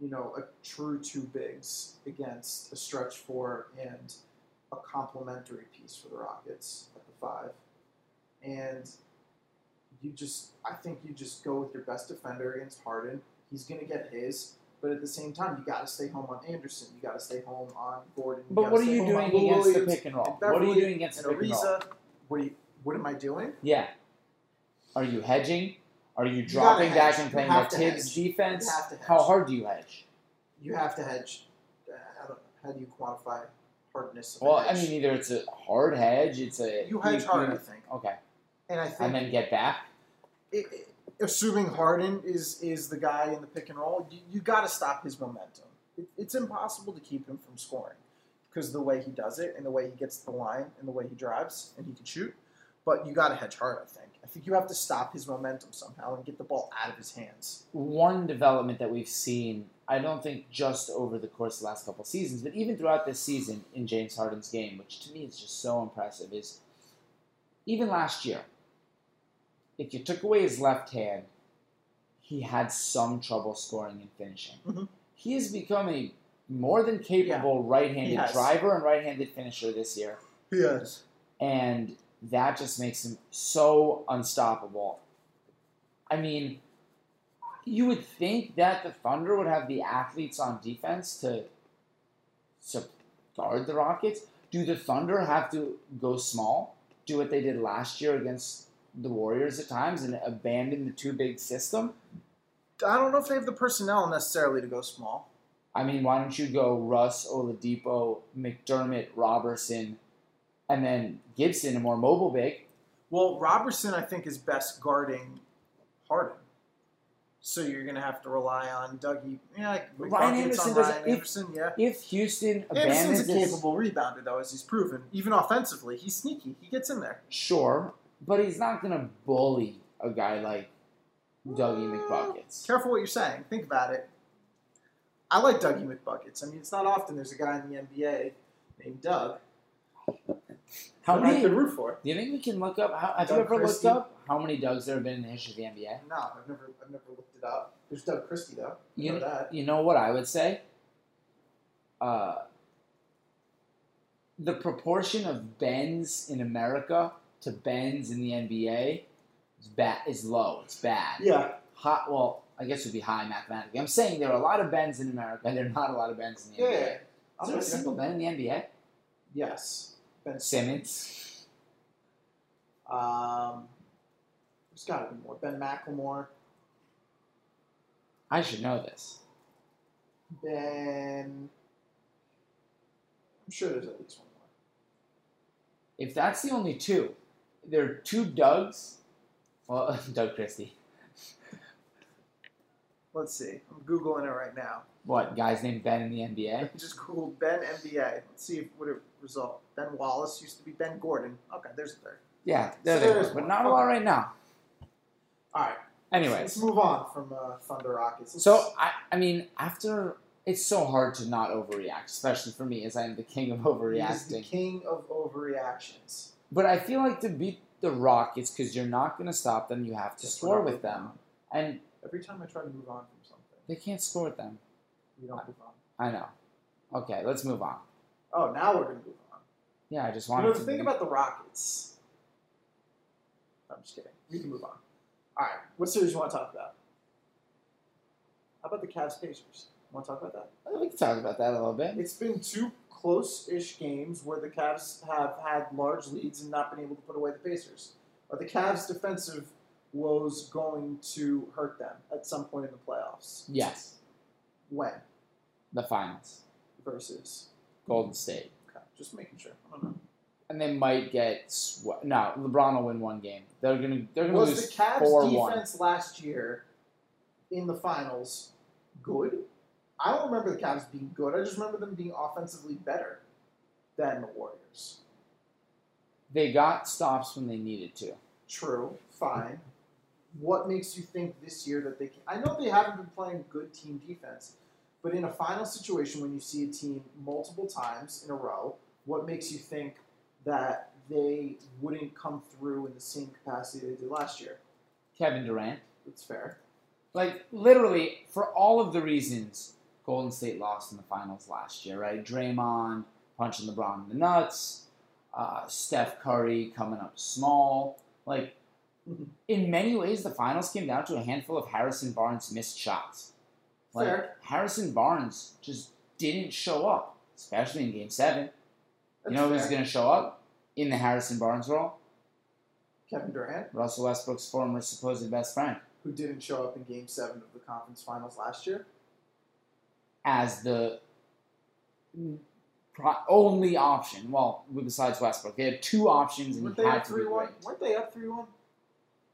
B: you know, a true two bigs against a stretch four and a complementary piece for the Rockets at the five, and you just I think you just go with your best defender against Harden. He's gonna get his. But at the same time, you got to stay home on Anderson. You got to stay home on Gordon. you
A: but
B: gotta
A: what are
B: stay
A: you
B: home on
A: doing
B: Lou
A: against the
B: Williams
A: pick and roll?
B: and
A: what are you
B: Beverly
A: doing against
B: and
A: the pick and roll?
B: Ariza. What do you? What am I doing?
A: Yeah. Are you hedging? Are you
B: gotta
A: dropping back
B: hedge.
A: and
B: You
A: playing
B: have
A: the
B: to
A: Tibbs
B: hedge.
A: defense?
B: You have to hedge.
A: How hard do you hedge?
B: You have to hedge. Uh, I don't, how do you quantify hardness? Of a
A: Well, I
B: hedge?
A: mean, either it's a hard hedge, it's a
B: you hedge hard, I think,
A: Okay,
B: and I think
A: and then get back.
B: it, it- assuming Harden is is the guy in the pick and roll, you, you got to stop his momentum. It, it's impossible to keep him from scoring because of the way he does it and the way he gets to the line and the way he drives and he can shoot. But you got to hedge hard, I think. I think you have to stop his momentum somehow and get the ball out of his hands.
A: One development that we've seen, I don't think just over the course of the last couple seasons, but even throughout this season in James Harden's game, which to me is just so impressive, is even last year, if you took away his left hand, he had some trouble scoring and finishing.
B: Mhm.
A: He has become a more than capable
B: He
A: right-handed
B: has.
A: driver and right-handed finisher this year.
B: Yes.
A: and that just makes him so unstoppable. I mean, you would think that the Thunder would have the athletes on defense to, to guard the Rockets. Do the Thunder have to go small, do what they did last year against the Warriors at times, and abandon the two big system?
B: I don't know if they have the personnel necessarily to go small.
A: I mean, why don't you go Russ, Oladipo, McDermott, Robertson, and then Gibson, a more mobile big?
B: Well, Robertson, I think, is best guarding Harden. So you're going to have to rely on Dougie. Yeah,
A: Ryan
B: McDougie, it's
A: Anderson
B: on
A: doesn't-
B: Ryan
A: if-
B: Anderson, yeah.
A: If Houston abandons
B: Anderson's a
A: this-
B: capable rebounder, though, as he's proven. Even offensively, he's sneaky. He gets in there.
A: Sure, but he's not going to bully a guy like Dougie McBuckets.
B: Careful what you're saying. Think about it. I like Dougie McBuckets. I mean, it's not often there's a guy in the NBA named Doug
A: How
B: that I
A: many?
B: could
A: Do
B: root for.
A: you think we can look up? How, have you
B: Doug
A: ever
B: Christie.
A: looked up how many Dougs there have been in the history of the NBA?
B: No, I've never, I've never looked it up. There's Doug Christie, though. I
A: You
B: know that.
A: You know what I would say? Uh, the proportion of Benz in America to Benz in the NBA is bad is low. It's bad.
B: Yeah,
A: Hot. Well, I guess it would be high mathematically. I'm saying there are a lot of bends in America. There are not a lot of bends in the
B: Yeah,
A: NBA.
B: yeah, yeah.
A: Is there a single bend in the NBA?
B: yes. Ben
A: Simmons.
B: Um, there's got to be more. Ben McLemore.
A: I should know this.
B: Ben. I'm sure there's at least one more.
A: If that's the only two, there are two Dougs. Well, Doug Christie.
C: Let's see. I'm googling it right now.
A: What guys named Ben in the NBA?
C: Just googled Ben NBA. Let's see if, what it result. Ben Wallace used to be Ben Gordon. Okay, there's a third.
A: Yeah, there
B: So
A: they
B: there's
A: are, but
B: one.
A: not a lot right now.
B: All right.
A: Anyways,
B: Let's move on from uh, Thunder Rockets. Let's-
A: so I, I mean, after it's so hard to not overreact, especially for me, as I am the king of
B: he is the
A: overreacting.
B: king of overreactions.
A: But I feel like to beat the Rockets, because you're not going to stop them, you have to
B: Yes,
A: score
B: we're not.
A: with them, and
B: Every time I try to move on from something,
A: they can't score with them.
B: we don't move on.
A: I know. Okay, let's move on.
B: Oh, now we're gonna move on.
A: Yeah, I just
B: You
A: wanted
B: know,
A: to
B: the thing
A: be-
B: about the Rockets. I'm just kidding. We can move on. All right. What series you want to talk about? How about the Cavs Pacers? Want to talk about that?
A: we can talk about that a little bit.
B: It's been two close-ish games where the Cavs have had large leads and not been able to put away the Pacers. Are the Cavs' defensive woes going to hurt them at some point in the playoffs?
A: Yes,
B: When
A: the finals,
B: versus?
A: Golden State,
B: Okay, just making sure. I don't know.
A: and they might get sw- no. LeBron will win one game. They're gonna they're gonna
B: Was
A: lose
B: the Cavs'
A: four one.
B: defense last year in the finals good? I don't remember the Cavs being good. I just remember them being offensively better than the Warriors.
A: They got stops when they needed to.
B: True, fine. What makes you think this year that they can? I know they haven't been playing good team defense, but in a final situation when you see a team multiple times in a row, what makes you think that they wouldn't come through in the same capacity they did last year?
A: Kevin Durant,
B: That's fair.
A: like literally for all of the reasons Golden State lost in the finals last year, right? Draymond punching LeBron in the nuts, uh, Steph Curry coming up small, like.
B: Mhm.
A: In many ways, the finals came down to a handful of Harrison Barnes missed shots. Like
B: Fair.
A: Harrison Barnes just didn't show up, especially in Game Seven.
B: That's
A: you know
B: fair.
A: who's going to show up in the Harrison Barnes role?
B: Kevin Durant,
A: Russell Westbrook's former supposed best friend
B: who didn't show up in Game Seven of the Conference Finals last year.
A: as the pro- only option. Well, besides Westbrook, they had two options, and
B: Weren't
A: he
B: they
A: had
B: up
A: to be
B: three one?
A: great.
B: Weren't they up three one?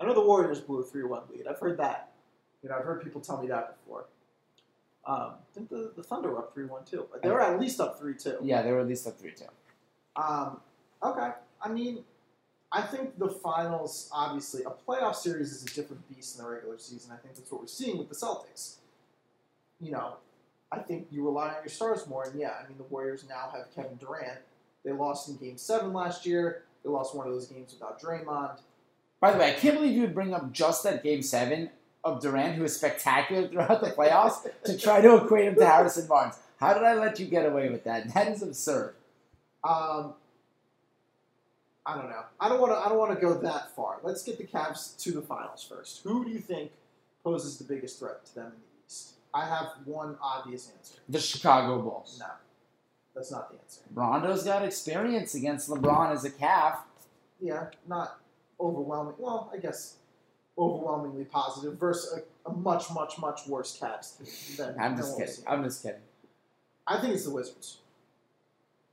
B: I know the Warriors blew a three one lead. I've heard that. You know, I've heard people tell me that before. Um, I think the, the Thunder were up three one too. They were at least up three two.
A: Yeah, they were at least up three two.
B: Um, okay. I mean, I think the finals, obviously, a playoff series is a different beast in the regular season. I think that's what we're seeing with the Celtics. You know, I think you rely on your stars more. And yeah, I mean, the Warriors now have Kevin Durant. They lost in game seven last year, they lost one of those games without Draymond.
A: By the way, I can't believe you would bring up just that Game Seven of Durant, who was spectacular throughout the playoffs, to try to equate him to Harrison Barnes. How did I let you get away with that? That is absurd.
B: Um, I don't know. I don't want to. I don't want to go that far. Let's get the Cavs to the finals first. Who do you think poses the biggest threat to them in the East? I have one obvious answer.
A: The Chicago Bulls.
B: No, that's not the answer.
A: Rondo's got experience against LeBron as a calf.
B: Yeah, not overwhelming. Well, I guess overwhelmingly positive versus a, a much, much, much worse Cavs team than
A: I'm
B: than
A: just
B: what we're
A: kidding.
B: seeing.
A: I'm just kidding.
B: I think it's the Wizards.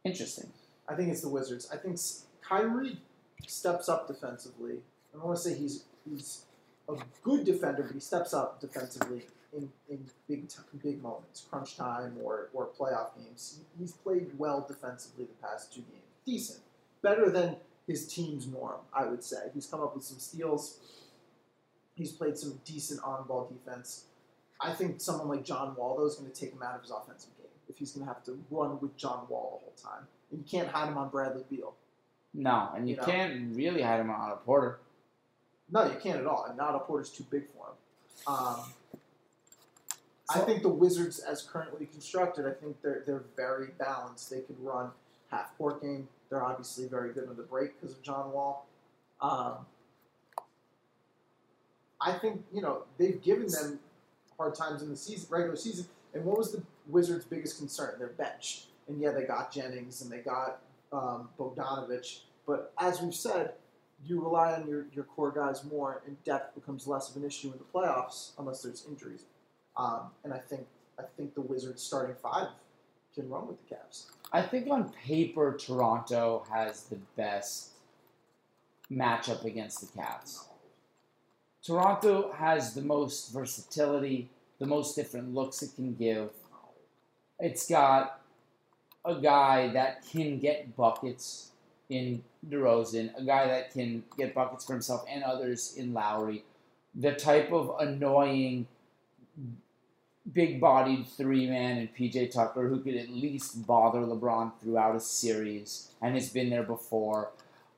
A: Interesting.
B: I think it's the Wizards. I think s- Kyrie steps up defensively. I don't want to say he's he's a good defender, but he steps up defensively in, in big t- big moments, crunch time or or playoff games. He- He's played well defensively the past two games. Decent, better than his team's norm, I would say. He's come up with some steals. He's played some decent on-ball defense. I think someone like John Wall though is going to take him out of his offensive game if he's going to have to run with John Wall the whole time. And you can't hide him on Bradley Beal.
A: No, and you
B: You know.
A: can't really hide him on a Porter.
B: No, you can't at all. And Nada Porter's too big for him. Um, I
A: So-
B: think the Wizards, as currently constructed, I think they're they're very balanced. They could run half court game. They're obviously very good on the break because of John Wall. Um,
D: I think you know they've given them hard times in the season, regular season. And what was the Wizards' biggest concern? Their bench. And yeah, they got Jennings and they got um, Bogdanovich. But as we've said, you rely on your, your core guys more, and depth becomes less of an issue in the playoffs unless there's injuries. Um, and I think I think the Wizards' starting five can run with the Cavs.
A: I think on paper, Toronto has the best matchup against the Cavs. Toronto has the most versatility, the most different looks it can give. It's got a guy that can get buckets in DeRozan, a guy that can get buckets for himself and others in Lowry. The type of annoying, big bodied three man and PJ Tucker who could at least bother LeBron throughout a series and has been there before.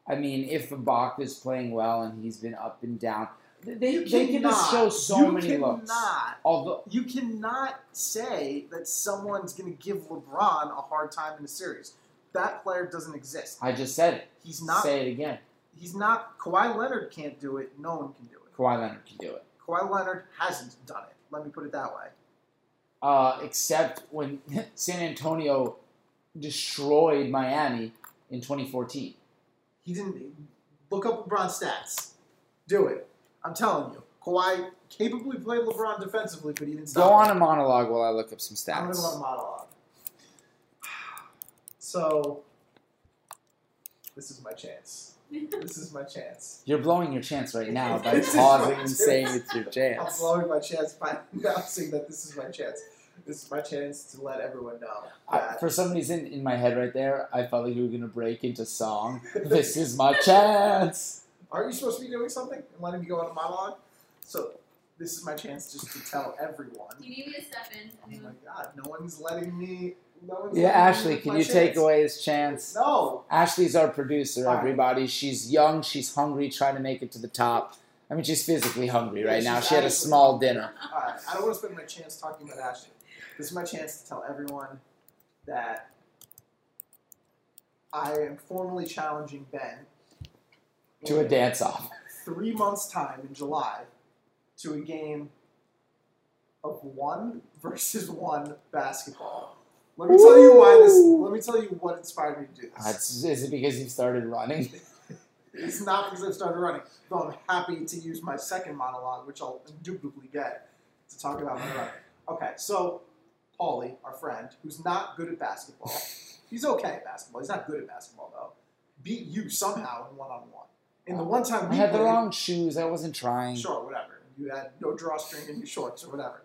A: I mean, if Ibaka is playing well and he's been up and down, they, they
B: You
A: they can just show
B: cannot-
A: so
B: you
A: many looks.
B: cannot-
A: Although
B: You cannot say that someone's going to give LeBron a hard time in a series. That player doesn't exist.
A: I just said it.
B: He's not.
A: Say it again.
B: He's not. Kawhi Leonard can't do it. No one can do it.
A: Kawhi Leonard can do it.
B: Kawhi Leonard hasn't done it. Let me put it that way.
A: Uh, except when San Antonio destroyed Miami in 2014.
B: He didn't look up LeBron's stats. Do it. I'm telling you. Kawhi capably played LeBron defensively, but he didn't stop.
A: Go on
B: him.
A: a monologue while I look up some
B: I'm gonna run a
A: stats.
B: monologue. So this is my chance. This is my chance.
A: You're blowing your chance right now by
B: This is
A: pausing
B: my
A: and
B: chance.
A: saying it's your
B: I'm
A: chance.
B: blowing my chance by announcing that this is my chance. This is my chance to let everyone know.
A: I,
B: That
A: for some reason, in my head right there, I felt like you were going to break into song. this is my chance.
B: Aren't you supposed to be doing something and letting me go on a monologue? So this is my chance just to tell everyone.
E: You need me to step in.
B: Oh my god, no one's letting me. No one's
A: Yeah,
B: letting me
A: Ashley,
B: live
A: can
B: my
A: you take
B: chance.
A: away his chance?
B: No,
A: Ashley's our producer,
B: Fine.
A: everybody. She's young, she's hungry, trying to make it to the top. I mean, she's physically hungry
B: Yeah,
A: right now.
B: she's
A: She had a
B: absolutely
A: small
B: hungry.
A: dinner.
B: Alright, I don't want to spend my chance talking about Ashley. This is my chance to tell everyone that I am formally challenging Ben
A: to a
B: in
A: dance off.
B: three months' time in July to a game of one versus one basketball. Let me tell you why this.
A: Ooh.
B: Let me tell you what inspired me to do this.
A: Is it because you started running?
B: It's not because I've started running, though I'm happy to use my second monologue, which I'll indubitably get, to talk about my running. Okay, so Paulie, our friend, who's not good at basketball, he's okay at basketball. He's not good at basketball, though, beat you somehow in one on one. In the one time
A: I
B: we
A: had the
B: played-
A: wrong shoes. I wasn't trying.
B: Sure, whatever. You had no drawstring in your shorts or whatever.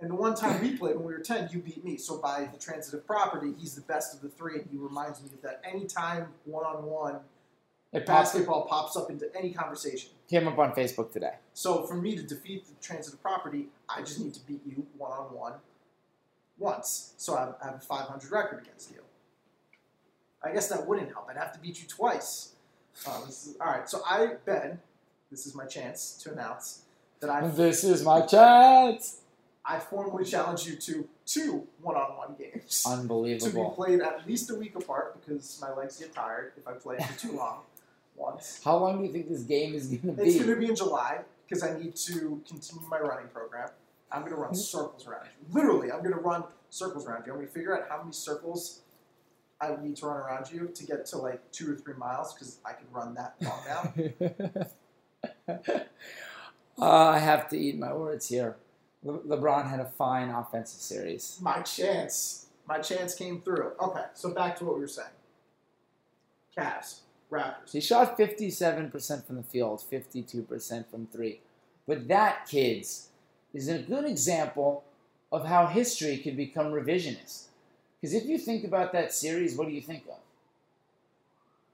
B: And the one time we played when we were 10, you beat me. So by the transitive property, he's the best of the three. And he reminds me of that anytime one on one
A: It popped,
B: basketball pops up into any conversation.
A: came up on Facebook today.
B: So for me to defeat the transitive property, I just need to beat you one on one once. So I have, I have a 500 record against you. I guess that wouldn't help. I'd have to beat you twice. Um, this is- all right. So I Ben, this is my chance to announce that I
A: This is my chance.
B: I formally challenge you to two one-on-one games to be
A: Unbelievable.
B: played at least a week apart because my legs get tired if I play it for too long. Once.
A: How long do you think this game is going to
B: It's going
A: be?
B: to be in July because I need to continue my running program. I'm going to run circles around you. Literally, I'm going to run circles around you. I'm going to figure out how many circles I would need to run around you to get to like two or three miles because I can run that long now.
A: uh, I have to eat my words here. Le- LeBron had a fine offensive series.
B: my chance. My chance came through. Okay, so back to what we were saying. Cavs, Raptors.
A: He shot 57% from the field, 52% from three. But that, kids, is a good example of how history could become revisionist. Because if you think about that series, what do you think of?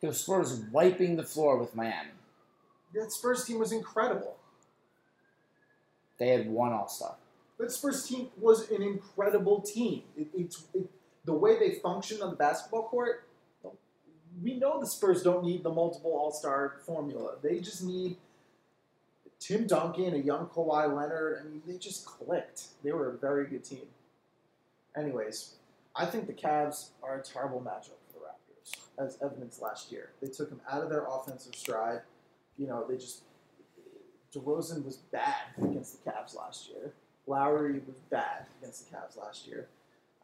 A: The Spurs wiping the floor with Miami.
B: That Spurs team was incredible.
A: They had one All Star.
B: That Spurs team was an incredible team. It, it's it, the way they function on the basketball court. We know the Spurs don't need the multiple All Star formula. They just need Tim Duncan, a young Kawhi Leonard. I mean, they just clicked. They were a very good team. Anyways, I think the Cavs are a terrible matchup for the Raptors, as evidenced last year. They took them out of their offensive stride. You know, they just DeRozan was bad against the Cavs last year. Lowry was bad against the Cavs last year.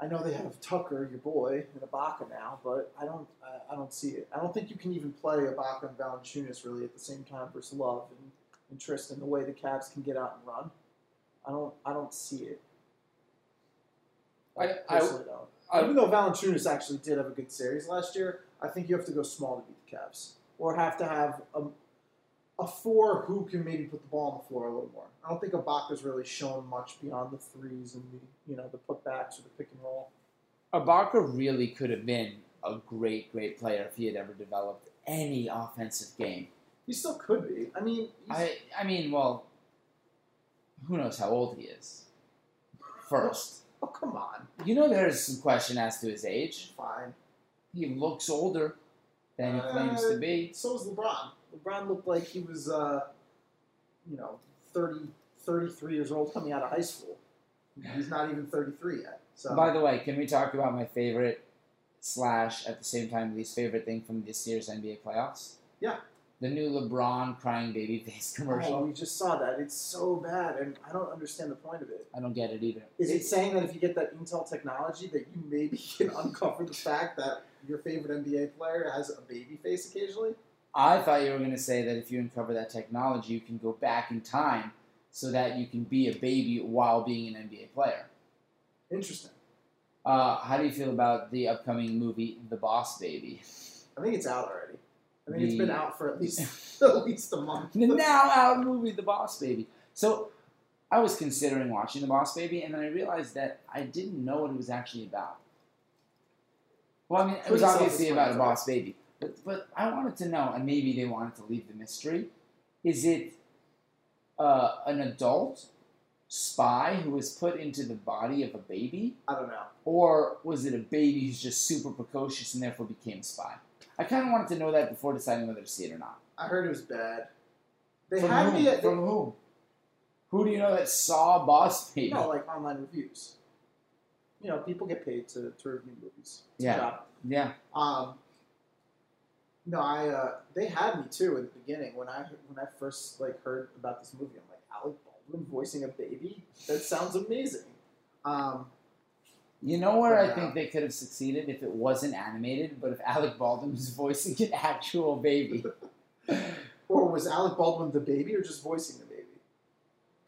B: I know they have Tucker, your boy, and Ibaka now, but I don't, I I don't see it. I don't think you can even play Ibaka and Valanciunas really at the same time versus Love and, and Tristan. The way the Cavs can get out and run, I don't, I don't see it.
A: I- I-
B: personally don't.
A: I-
B: even though Valanciunas actually did have a good series last year, I think you have to go small to beat the Cavs, or have to have a, a four who can maybe put the ball on the floor a little more. I don't think Ibaka's really shown much beyond the threes and the you know the putbacks or the pick and roll.
A: Ibaka really could have been a great, great player if he had ever developed any offensive game.
B: He still could be. I mean, he's-
A: I, I mean, well, who knows how old he is? First,
B: oh come on,
A: you know, there's some question as to his age.
B: fine.
A: He looks older than he claims to be.
B: So was LeBron. LeBron looked like he was, uh, you know, 30, 33 years old coming out of high school. He's not even thirty three yet. So
A: By the way, can we talk about my favorite slash at the same time least favorite thing from this year's NBA playoffs?
B: Yeah.
A: The new LeBron crying baby face commercial.
B: Oh, we just saw that. It's so bad, and I don't understand the point of it.
A: I don't get it either.
B: Is it saying that if you get that Intel technology, that you maybe can uncover the fact that your favorite NBA player has a baby face occasionally?
A: I thought you were going to say that if you uncover that technology, you can go back in time so that you can be a baby while being an NBA player.
B: Interesting.
A: Uh, how do you feel about the upcoming movie, The Boss Baby?
B: I think it's out already. I think it's been
A: The-
B: out for at least
A: the
B: at least a month.
A: now out movie, The Boss Baby. So I was considering watching The Boss Baby, and then I realized that I didn't know what it was actually about. Well, I mean, it was
B: Pretty
A: obviously about a
B: self-explanatory.
A: boss baby, but, but I wanted to know, and maybe they wanted to leave the mystery. Is it uh, an adult spy who was put into the body of a baby,
B: I don't know.
A: or was it a baby who's just super precocious and therefore became a spy? I kind of wanted to know that before deciding whether to see it or not.
B: I heard it was bad. They
A: From
B: had
A: whom?
B: me at
A: From whom? Who do you know that saw Boss Baby?
B: no like online reviews. You know, people get paid to, to review movies. It's a
A: Yeah.
B: job.
A: Yeah,
B: Um, no, I uh, they had me too in the beginning when I when I first like heard about this movie. I'm like Alec Baldwin voicing a baby. That sounds amazing. Um,
A: you know where I
B: Yeah.
A: think they could have succeeded if it wasn't animated, but if Alec Baldwin was voicing an actual baby.
B: or was Alec Baldwin the baby or just voicing the baby?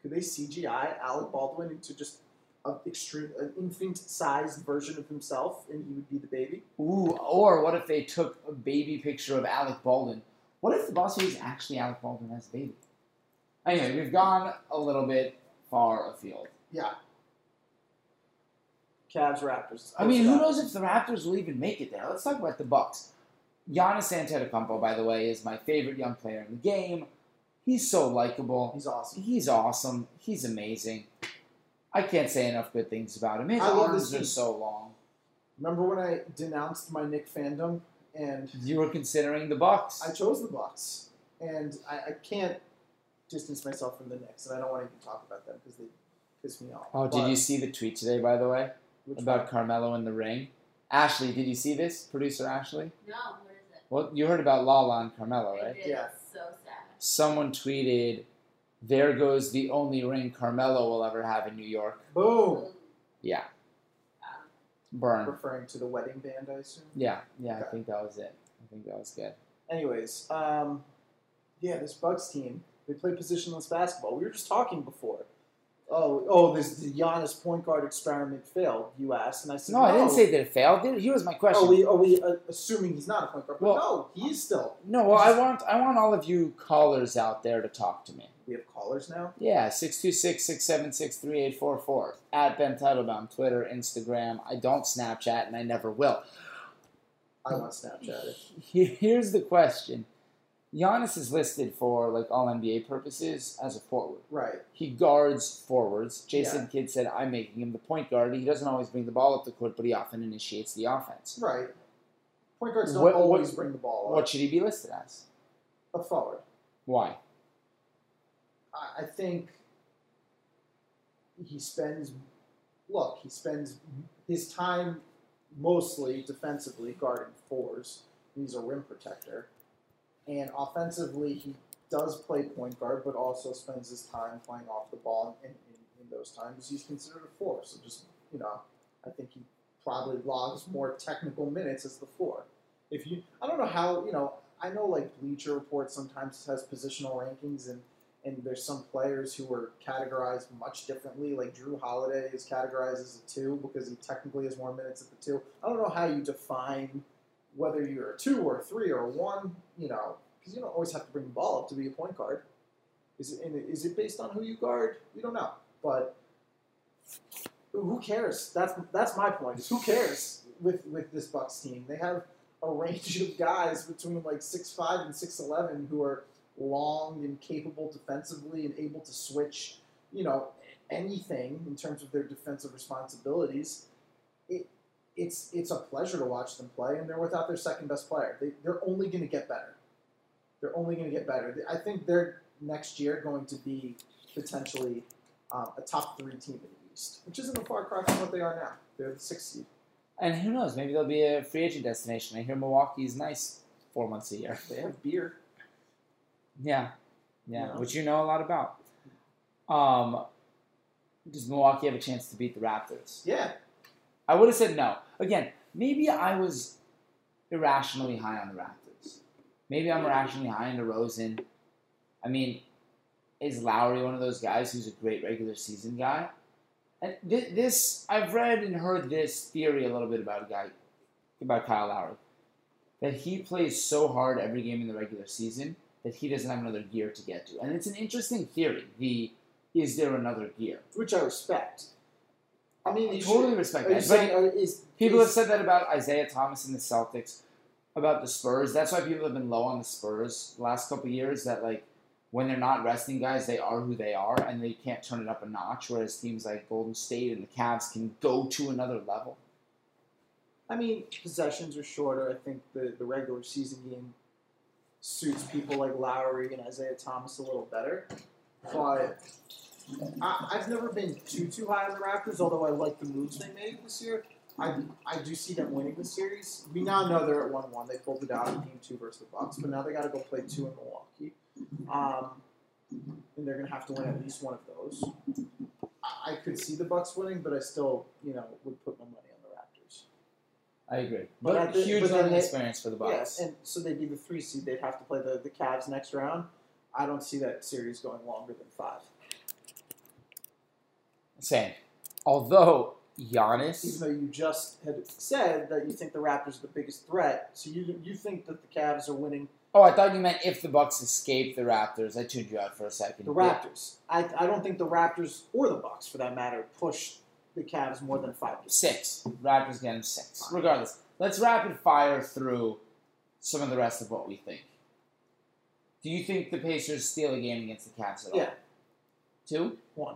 B: Could they CGI Alec Baldwin into just a extreme an infant sized version of himself and he would be the baby?
A: Ooh, or what if they took a baby picture of Alec Baldwin? What if the boss baby is actually Alec Baldwin as a baby? Anyway, we've gone a little bit far afield.
B: Cavs Raptors.
A: I mean, who knows if the Raptors will even make it there? Let's talk about the Bucks. Giannis Antetokounmpo, by the way, is my favorite young player in the game. He's so likable.
B: He's awesome.
A: He's awesome. He's amazing. I can't say enough good things about him. His
B: I love
A: arms
B: this
A: are
B: team.
A: so long.
B: Remember when I denounced my Nick fandom and
A: You were considering the Bucks.
B: I chose the Bucks, and I, I can't distance myself from the Knicks, and I don't want to even talk about them because they piss me off.
A: Oh, did
B: But-
A: you see the tweet today, by the way,
B: which
A: about Carmelo in the ring? Ashley, did you see this? Producer Ashley?
E: No, what is it?
A: Well, you heard about Lala and Carmelo,
E: I
A: right?
E: did.
B: Yeah.
E: It's so sad.
A: Someone tweeted, There goes the only ring Carmelo will ever have in New York.
B: Boom.
A: Yeah.
E: Um,
A: Burn.
B: Referring to the wedding band, I assume.
A: Yeah, yeah, I
B: Okay.
A: think that was it. I think that was good.
B: Anyways, um, yeah, this Bucks team, they play positionless basketball. We were just talking before. Oh, oh, this the Giannis point guard experiment failed. You asked, and I said,
A: No, I didn't say that it failed. Did it? Here was my question.
B: Are we are we uh, assuming he's not a point guard? But
A: Well-
B: no, he is still.
A: No, well, I want I want all of you callers out there to talk to me.
B: We have callers now.
A: Yeah, 626-676-3844. At Ben Teitelbaum, Twitter, Instagram. I don't Snapchat, and I never will.
B: I want Snapchat. it.
A: He- Here's the question. Giannis is listed for, like, all NBA purposes as a forward.
B: Right.
A: He guards forwards. Jason Kidd said, I'm making him the point guard. He doesn't always bring the ball up the court, but he often initiates the offense.
B: Right. Point guards don't
A: What- what-
B: always bring the ball up.
A: What should he be listed as?
B: A forward.
A: Why?
B: I, I think he spends. Look, he spends his time mostly defensively guarding fours. He's a rim protector, and offensively he does play point guard, but also spends his time playing off the ball. And in, in those times, he's considered a four. So just you know, I think he probably logs more technical minutes as the four. If you, I don't know how you know. I know like Bleacher Report sometimes has positional rankings, and and there's some players who are categorized much differently. Like Drew Holiday is categorized as a two because he technically has more minutes at the two. I don't know how you define whether you're a two or a three or a one. You know, because you don't always have to bring the ball up to be a point guard. Is it, and is it based on who you guard? We don't know. But who cares? That's that's my point. Is who cares with with this Bucks team? They have a range of guys between like six five and six eleven who are long and capable defensively and able to switch. You know anything in terms of their defensive responsibilities. It it's it's a pleasure to watch them play, and they're without their second best player. They, they're only going to get better they're only going to get better. I think they're next year going to be potentially um, a top three team in the East, which isn't a far cry from what they are now. They're the sixth seed.
A: And who knows? Maybe they'll be a free agent destination. I hear Milwaukee's nice four months a year.
B: They have beer.
A: Yeah, yeah,
B: Yeah.
A: which you know a lot about. Um, does Milwaukee have a chance to beat the Raptors?
B: Yeah,
A: I would have said no. Again, maybe I was irrationally high on the Raptors. Maybe I'm irrationally high on DeRozan. I mean, is Lowry one of those guys who's a great regular season guy? And thi- this, I've read and heard this theory a little bit about a guy, about Kyle Lowry, that he plays so hard every game in the regular season that he doesn't have another gear to get to. And it's an interesting theory. The is there another gear?
B: which I respect. I mean,
A: I
B: you
A: totally
B: should-
A: respect
B: Are you
A: that. but-
B: saying, uh, is,
A: People
B: is,
A: have said that about Isaiah Thomas and the Celtics, about the Spurs. That's why people have been low on the Spurs the last couple of years. That like when they're not resting guys, they are who they are, and they can't turn it up a notch. Whereas teams like Golden State and the Cavs can go to another level.
B: I mean, possessions are shorter. I think the, the regular season game suits people like Lowry and Isaiah Thomas a little better. But I, I've never been too too high on the Raptors, although I like the moves they made this year. I, I do see them winning the series. We now know they're at one one. They pulled it out in game two versus the Bucks, but now they got to go play two in Milwaukee, um, and they're gonna have to win at least one of those. I, I could see the Bucks winning, but I still you know would put my money on the Raptors.
A: I agree,
B: But
A: but,
B: at the-
A: huge
B: but then
A: learning
B: they-
A: experience for the Bucks.
B: Yes, and so they'd be the three seed. They'd have to play the, the Cavs next round. I don't see that series going longer than five.
A: Same. Although
B: Even
A: Giannis,
B: though you just had said that you think the Raptors are the biggest threat, so you you think that the Cavs are winning
A: oh, I thought you meant if the Bucks escape the Raptors. I tuned you out for a second.
B: the
A: Yeah.
B: Raptors. I, I don't think the Raptors or the Bucks, for that matter, push the Cavs more than five. games.
A: six. Raptors get him six. Regardless, let's rapid fire through some of the rest of what we think. Do you think the Pacers steal a game against the Cavs at all?
B: Yeah.
A: Two?
B: One.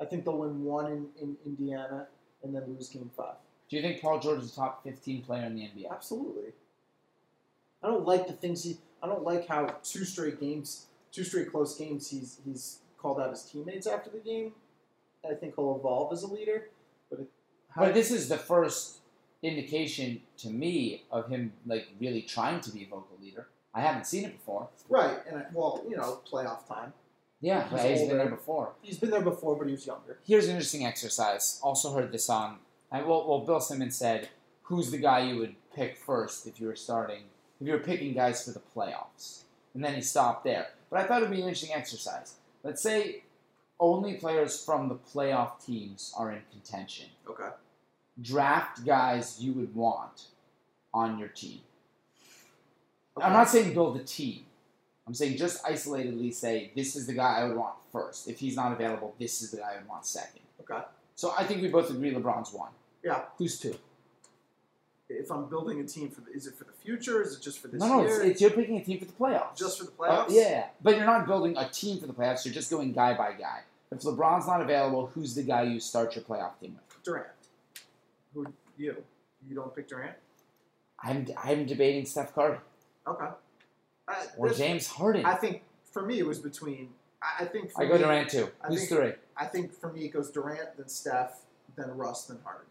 B: I think they'll win one in, in Indiana and then lose game five.
A: Do you think Paul George is a top 15 player in the
B: Uh,
A: NBA?
B: Absolutely. I don't like the things he. I don't like how two straight games, two straight close games, he's he's called out his teammates after the game. I think he'll evolve as a leader, but it, how,
A: But this is the first indication to me of him like really trying to be a vocal leader. I haven't seen it before.
B: right? And I, well, you know, playoff time.
A: Yeah,
B: He's
A: but he's been
B: older.
A: there before.
B: He's been there before, but he was younger.
A: Here's an interesting exercise. Also heard this on. I, well, well, Bill Simmons said, "Who's the guy you would pick first if you were starting? If you were picking guys for the playoffs?" And then he stopped there. But I thought it'd be an interesting exercise. Let's say only players from the playoff teams are in contention.
B: Okay.
A: Draft guys you would want on your team. I'm not saying build a team. I'm saying just isolatedly say this is the guy I would want first. If he's not available, this is the guy I would want second.
B: Okay.
A: So I think we both agree LeBron's one.
B: Yeah.
A: Who's two?
F: If I'm building a team for the, is it for the future? Is it just for this
A: no, no, it's,
F: year?
A: it's you're picking a team for the playoffs.
F: just for the
A: Uh,
F: playoffs?
A: yeah, but you're not building a team for the playoffs. You're just going guy by guy. If LeBron's not available, who's the guy you start your playoff team with?
F: Durant. Who you? You don't pick Durant?
A: I'm I'm debating Steph Curry
F: Okay. I,
A: or
F: this-
A: James Harden.
F: I
A: I,
F: think for me it was between. I, I think for
A: go
F: me,
A: Durant too.
F: I
A: Who's
F: think-
A: three?
F: I think for me it goes Durant, then Steph, then Russ, then Harden.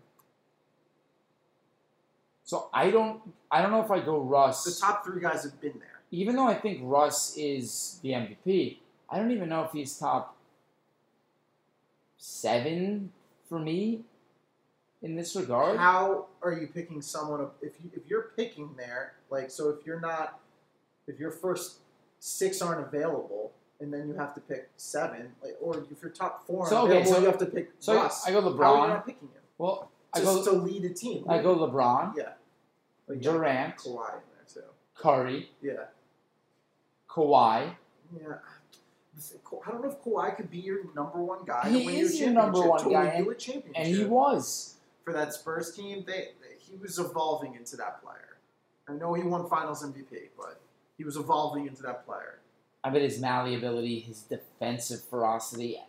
A: So I don't I don't know if I go Russ.
F: The top three guys have been there.
A: even though I think Russ is the MVP, I don't even know if he's top seven for me in this regard.
B: How are you picking someone up if you if you're picking there? Like, so if you're not, if your first six aren't available, and then you have to pick seven, like, or if your top four aren't
A: So, okay,
B: available,
A: so-
B: you have to pick
A: so I-
B: Russ.
A: I go
B: How are you
A: LeBron.
B: not picking him?
A: Well, I
B: Just
A: go
B: to lead a team.
A: I go LeBron,
B: Yeah. Like, yeah,
A: Durant,
B: Kawhi in there too.
A: Curry,
B: Yeah.
A: Kawhi.
B: Yeah. I don't know if Kawhi could be your number one guy.
A: He
B: to win
A: is
B: you a
A: your number
B: championship,
A: one
B: to win
A: guy,
B: you a championship.
A: And he was.
B: for that Spurs team, they, they- he was evolving into that player. I know he won Finals MVP, but he was evolving into that player.
A: I bet his malleability, his defensive ferocity,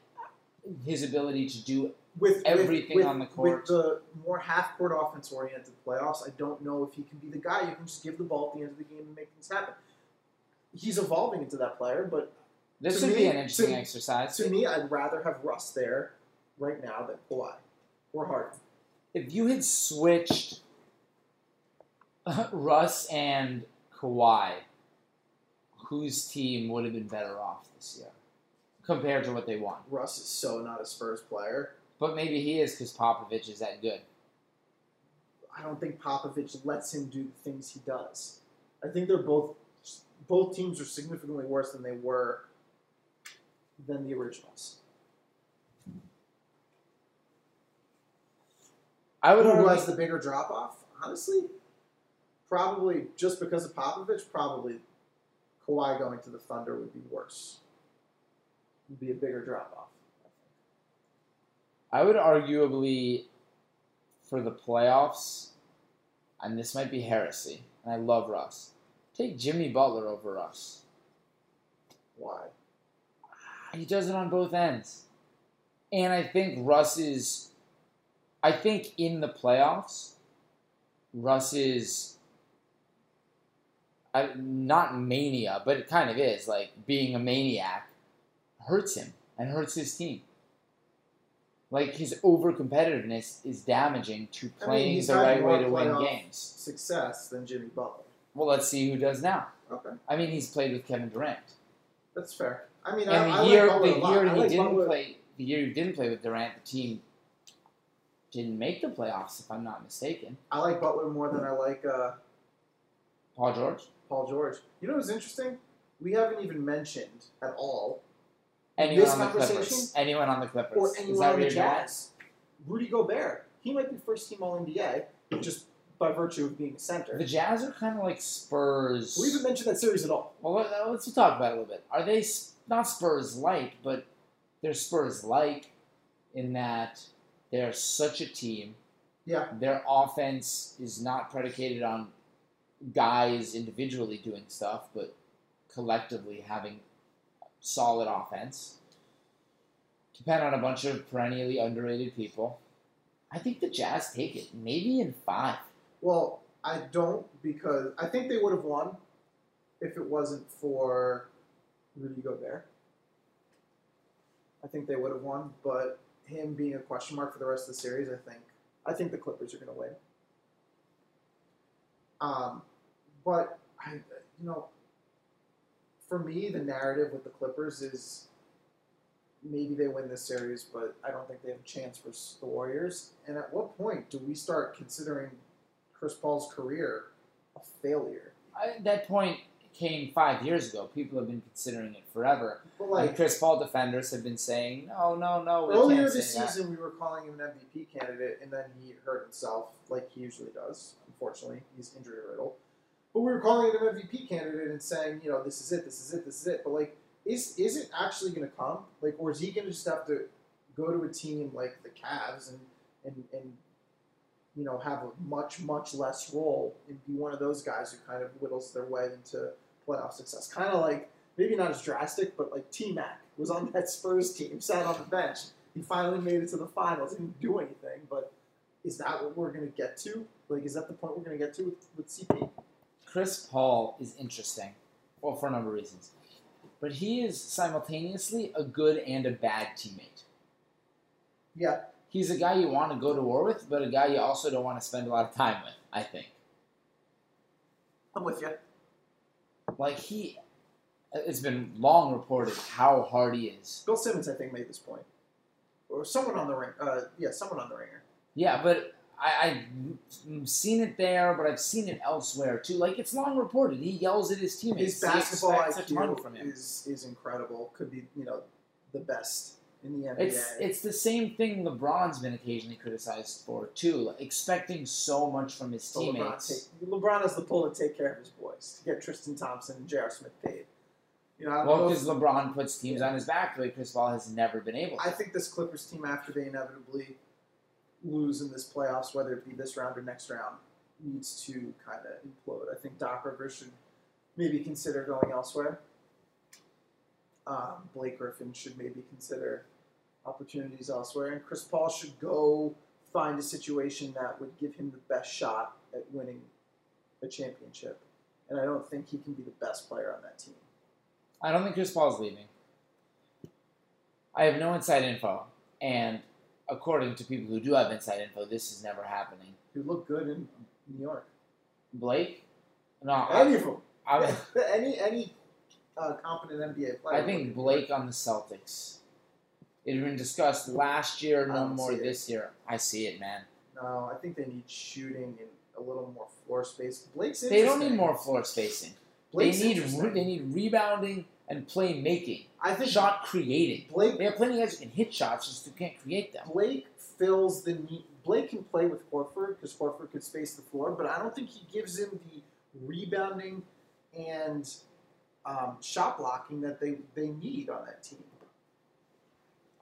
A: his ability to do
B: With
A: Everything
B: with, with,
A: on the court.
B: with the more half-court offense-oriented playoffs, I don't know if he can be the guy. You can just give the ball at the end of the game and make things happen. He's evolving into that player, but
A: this
B: To
A: would
B: me-
A: be an interesting
B: to-
A: exercise.
B: to me, I'd rather have Russ there right now than Kawhi or Harden.
A: if you had switched Russ and Kawhi, whose team would have been better off this year compared to what they won?
B: Russ is so not a Spurs player.
A: But maybe he is because Popovich is that good.
B: I don't think Popovich lets him do the things he does. I think they're both both teams are significantly worse than they were than the originals.
A: I would
B: Who
A: argue
B: has the bigger drop off? Honestly, probably just because of Popovich, probably Kawhi going to the Thunder would be worse. Would be a bigger drop off.
A: I would arguably for the playoffs, and this might be heresy, and I love Russ. Take Jimmy Butler over Russ.
B: Why?
A: He does it on both ends. And I think Russ is I think in the playoffs, Russ is I, not mania, but it kind of is. Like being a maniac hurts him and hurts his team. Like his over competitiveness is damaging to
B: I mean,
A: playing
B: he's
A: the
B: had
A: right
B: more
A: way to win
B: playoff
A: games.
B: Success than Jimmy Butler.
A: Well, let's see who does now.
B: Okay,
A: I mean, he's played with Kevin Durant.
B: that's fair. I mean, I,
A: And
B: I
A: the year,
B: like Butler a
A: the
B: lot.
A: year
B: I
A: he
B: like
A: didn't
B: Butler.
A: play, the year he didn't play with Durant, the team didn't make the playoffs, if I'm not mistaken.
B: I like Butler more than I like uh,
A: Paul George
B: Paul George. You know what's interesting? We haven't even mentioned at all,
A: anyone
B: This
A: on the Clippers,
B: conversation?
A: anyone on the Clippers,
B: or
A: Is
B: anyone
A: that
B: on the
A: what you're doing?
B: Jazz, Rudy Gobert. He might be first team All NBA just by virtue of being a center.
A: The Jazz are kind of like Spurs.
B: We haven't mentioned that series at all.
A: Well, let, us talk about it a little bit. Are they s- not Spurs like, but they're Spurs like in that they're such a team.
B: Yeah.
A: Their offense is not predicated on guys individually doing stuff, but collectively having solid offense. Depend on a bunch of perennially underrated people. I think the Jazz take it, maybe in five.
B: Well, I don't because I think they would have won if it wasn't for Rudy Gobert. I think they would have won, but him being a question mark for the rest of the series, I think I think the Clippers are going to win. Um, but I, you know, for me, the narrative with the Clippers is maybe they win this series, but I don't think they have a chance versus the Warriors. And at what point do we start considering Chris Paul's career a failure?
A: I, that point came five years ago. People have been considering it forever.
B: But
A: Like
B: like
A: Chris Paul defenders have been saying, no, no, no. We
B: earlier
A: can't
B: this
A: say that."
B: season, we were calling him an MVP candidate, and then he hurt himself, like he usually does. Unfortunately, he's injury riddled. But we were calling him an MVP candidate and saying, you know, this is it, this is it, this is it. But like, is is it actually going to come? Like, or is he going to just have to go to a team like the Cavs and and and you know have a much much less role and be one of those guys who kind of whittles their way into playoff success? Kind of like maybe not as drastic, but like T Mac was on that Spurs team, sat on the bench. He finally made it to the finals. He didn't do anything, but is that what we're going to get to? Like, is that the point we're going to get to with, with CP?
A: Chris Paul is interesting, well, for a number of reasons, but he is simultaneously a good and a bad teammate.
B: Yeah.
A: He's a guy you want to go to war with, but a guy you also don't want to spend a lot of time with. I think.
B: I'm with you.
A: Like he, it's been long reported how hard he is.
B: Bill Simmons, I think, made this point, or someone on the ring. Uh, yeah, someone on the ringer.
A: Yeah, but I, I've seen it there, but I've seen it elsewhere too. Like it's long reported. He yells at his teammates.
B: His
A: He
B: basketball
A: expects a ton
B: IQ
A: from him.
B: is is incredible. Could be you know the best in the NBA.
A: It's it's the same thing LeBron's been occasionally criticized for too, like, expecting so much from his
B: So LeBron,
A: teammates.
B: take, LeBron has the pull to take care of his boys to get Tristan Thompson and J.R. Smith paid. You know, I, don't
A: Well,
B: know
A: because
B: if-
A: LeBron puts teams on his back the way Chris Paul has never been able. To.
B: I think this Clippers team, after they inevitably lose in this playoffs, whether it be this round or next round, needs to kind of implode. I think Doc Rivers should maybe consider going elsewhere. Um, Blake Griffin should maybe consider opportunities elsewhere, and Chris Paul should go find a situation that would give him the best shot at winning a championship. And I don't think he can be the best player on that team.
A: I don't think Chris Paul's leaving. I have no inside info, and according to people who do have inside info, this is never happening.
B: He looked good in New York.
A: Blake, no, I,
B: Any of them.
A: I,
B: any any uh, competent NBA player.
A: I think Blake on the Celtics. It had been discussed last year,
B: I
A: no
B: don't
A: more
B: see it.
A: this year. I see it, man.
B: No, I think they need shooting and a little more floor space. Blake's
A: They don't need
B: interesting.
A: more floor spacing.
B: Blake's
A: they need re-
B: interesting.
A: they need rebounding and play making,
B: I think
A: shot creating.
B: Blake
A: They have plenty of guys who can hit shots, just who can't create them.
B: Blake fills the need. Blake can play with Horford because Horford could space the floor, but I don't think he gives him the rebounding and um, shot blocking that they they need on that team.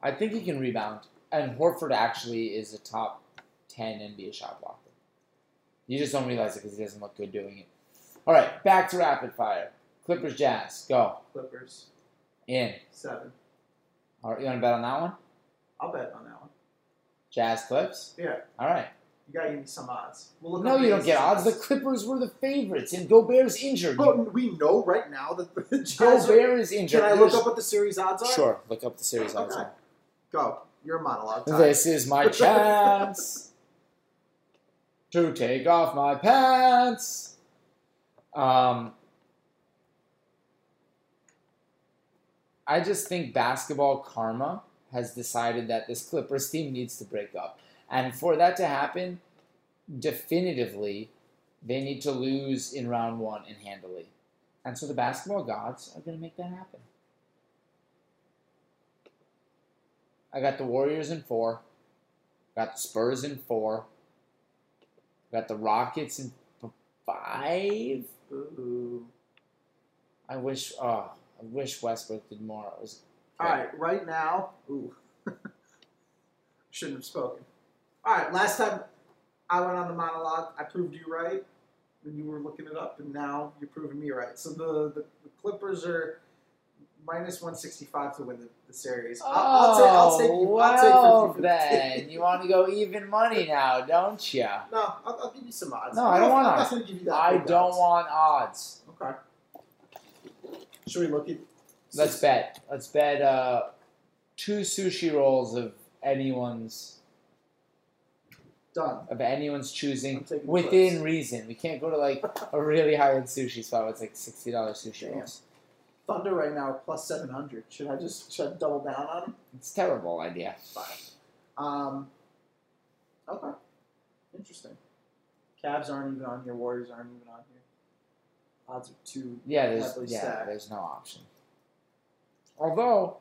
A: I think he can rebound, and Horford actually is a top ten NBA shot blocker. You just don't realize it because he doesn't look good doing it. All right, back to rapid fire. Clippers, Jazz, go
B: Clippers
A: in.
B: seven.
A: All right, you want to bet on that one?
B: I'll bet on that one.
A: Jazz, Clips.
B: Yeah.
A: All right.
B: You gotta give me some odds. We'll look
A: No,
B: up
A: you don't get odds.
B: against
A: The Clippers were the favorites, and Gobert's injured.
B: But we know right now that the Jazz. Are,
A: Gobert is injured.
B: can I look
A: There's-
B: up what the series odds are?
A: Sure, look up the series odds.
B: Okay. Go. Your monologue. Time.
A: This is my chance to take off my pants. Um, I just think basketball karma has decided that this Clippers team needs to break up. And for that to happen, definitively, they need to lose in round one and handily. And so the basketball gods are going to make that happen. I got the Warriors in four. Got the Spurs in four. Got the Rockets in f- five.
B: Ooh.
A: I wish. Oh, I wish Westbrook did more. It was
B: All right. Right now. Ooh. Shouldn't have spoken. All right. Last time I went on the monologue, I proved you right when you were looking it up, and now you're proving me right. So the the, the Clippers are. Minus 165 to win the, the series. I'll, I'll, take, I'll take you.
A: Oh,
B: I'll
A: well,
B: take 50.
A: then you want to go even money now, don't you?
B: No, I'll, I'll give you some odds.
A: No, I don't
B: I'm
A: want
B: not- I'm
A: odds.
B: not gonna give you that
A: I
B: big
A: don't
B: odds.
A: want odds.
B: Okay. Should we look at?
A: Let's bet. Let's bet uh, two sushi rolls of anyone's
B: Done.
A: of anyone's
B: I'm
A: choosing
B: taking
A: within
B: clips.
A: reason. We can't go to like a really high end sushi spot where it's like sixty dollars sushi
B: Damn.
A: rolls.
B: Thunder right now are plus seven hundred. Should I just should I double down on them?
A: It's a terrible idea.
B: Fine. Um. Okay. Interesting. Cavs aren't even on here. Warriors aren't even on here. Odds are two.
A: Yeah, there's
B: Heavily
A: yeah,
B: stacked.
A: there's no option. Although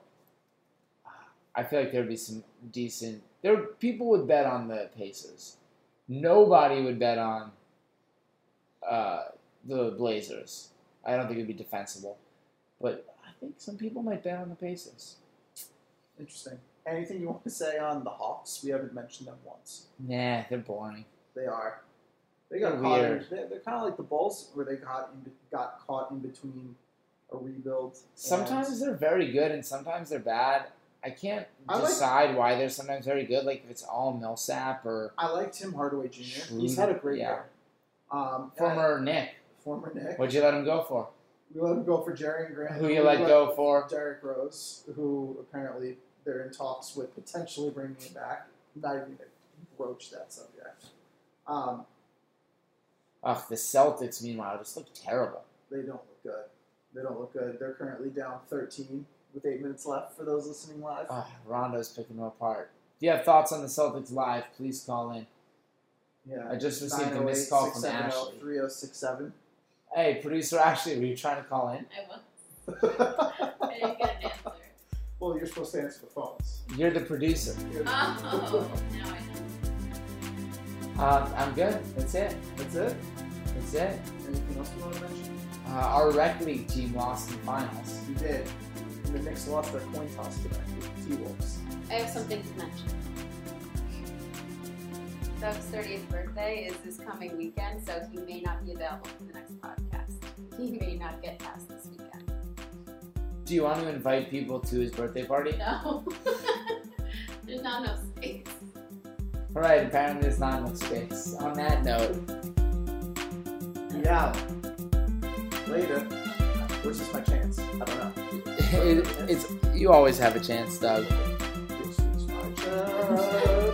A: I feel like there'd be some decent there people would bet on the Pacers. Nobody would bet on uh, the Blazers. I don't think it'd be defensible. But I think some people might bet on the Pacers.
B: Interesting. Anything you want to say on the Hawks? We haven't mentioned them once.
A: Nah, they're boring.
B: They are. They got
A: They're
B: caught.
A: weird.
B: In, they're they're kind of like the Bulls, where they got in, got caught in between a rebuild. and-
A: Sometimes they're very good and sometimes they're bad. I can't
B: I like-
A: decide why they're sometimes very good. Like if it's all Millsap or
B: I like Tim Hardaway Jr. He's had a great
A: Yeah.
B: year. Um, and
A: former Nick.
B: I- former Nick.
A: What'd you let him go for?
B: We let him go for Jerry and Grant.
A: Who you let go for?
B: Derek Rose, who apparently they're in talks with potentially bringing him back. I'm not even gonna broach that subject. Um,
A: Ugh, the Celtics, meanwhile, just look terrible.
B: they don't look good. They don't look good. They're currently down 13 with eight minutes left. For those listening live,
A: Ah, Rondo's picking them apart. If you have thoughts on the Celtics live, please call in.
B: yeah,
A: I just received a missed call from Ashley.
B: 3067.
A: Hey, producer Ashley, were you trying to call in?
E: I will.
B: well,
E: I didn't get an answer.
B: you're supposed to answer the phones.
A: You're the producer.
E: Oh, now I know.
A: Uh, I'm good. That's it.
B: That's it.
A: That's it.
B: Anything else you want to mention?
A: Uh, our rec league team lost in finals.
B: You did. And the Knicks lost their coin toss today. T Wolves.
E: I have something to mention. Doug's 30th birthday is this coming weekend, so he may not be available for the next podcast. He may not get past this weekend.
A: Do you want to invite people to his birthday party?
E: No. There's not enough space.
A: All right. Apparently, there's not enough space. On that note,
B: Yeah. Later. Where's this my chance? I don't know.
A: it, it's you always have a chance, Doug.
B: This is my chance.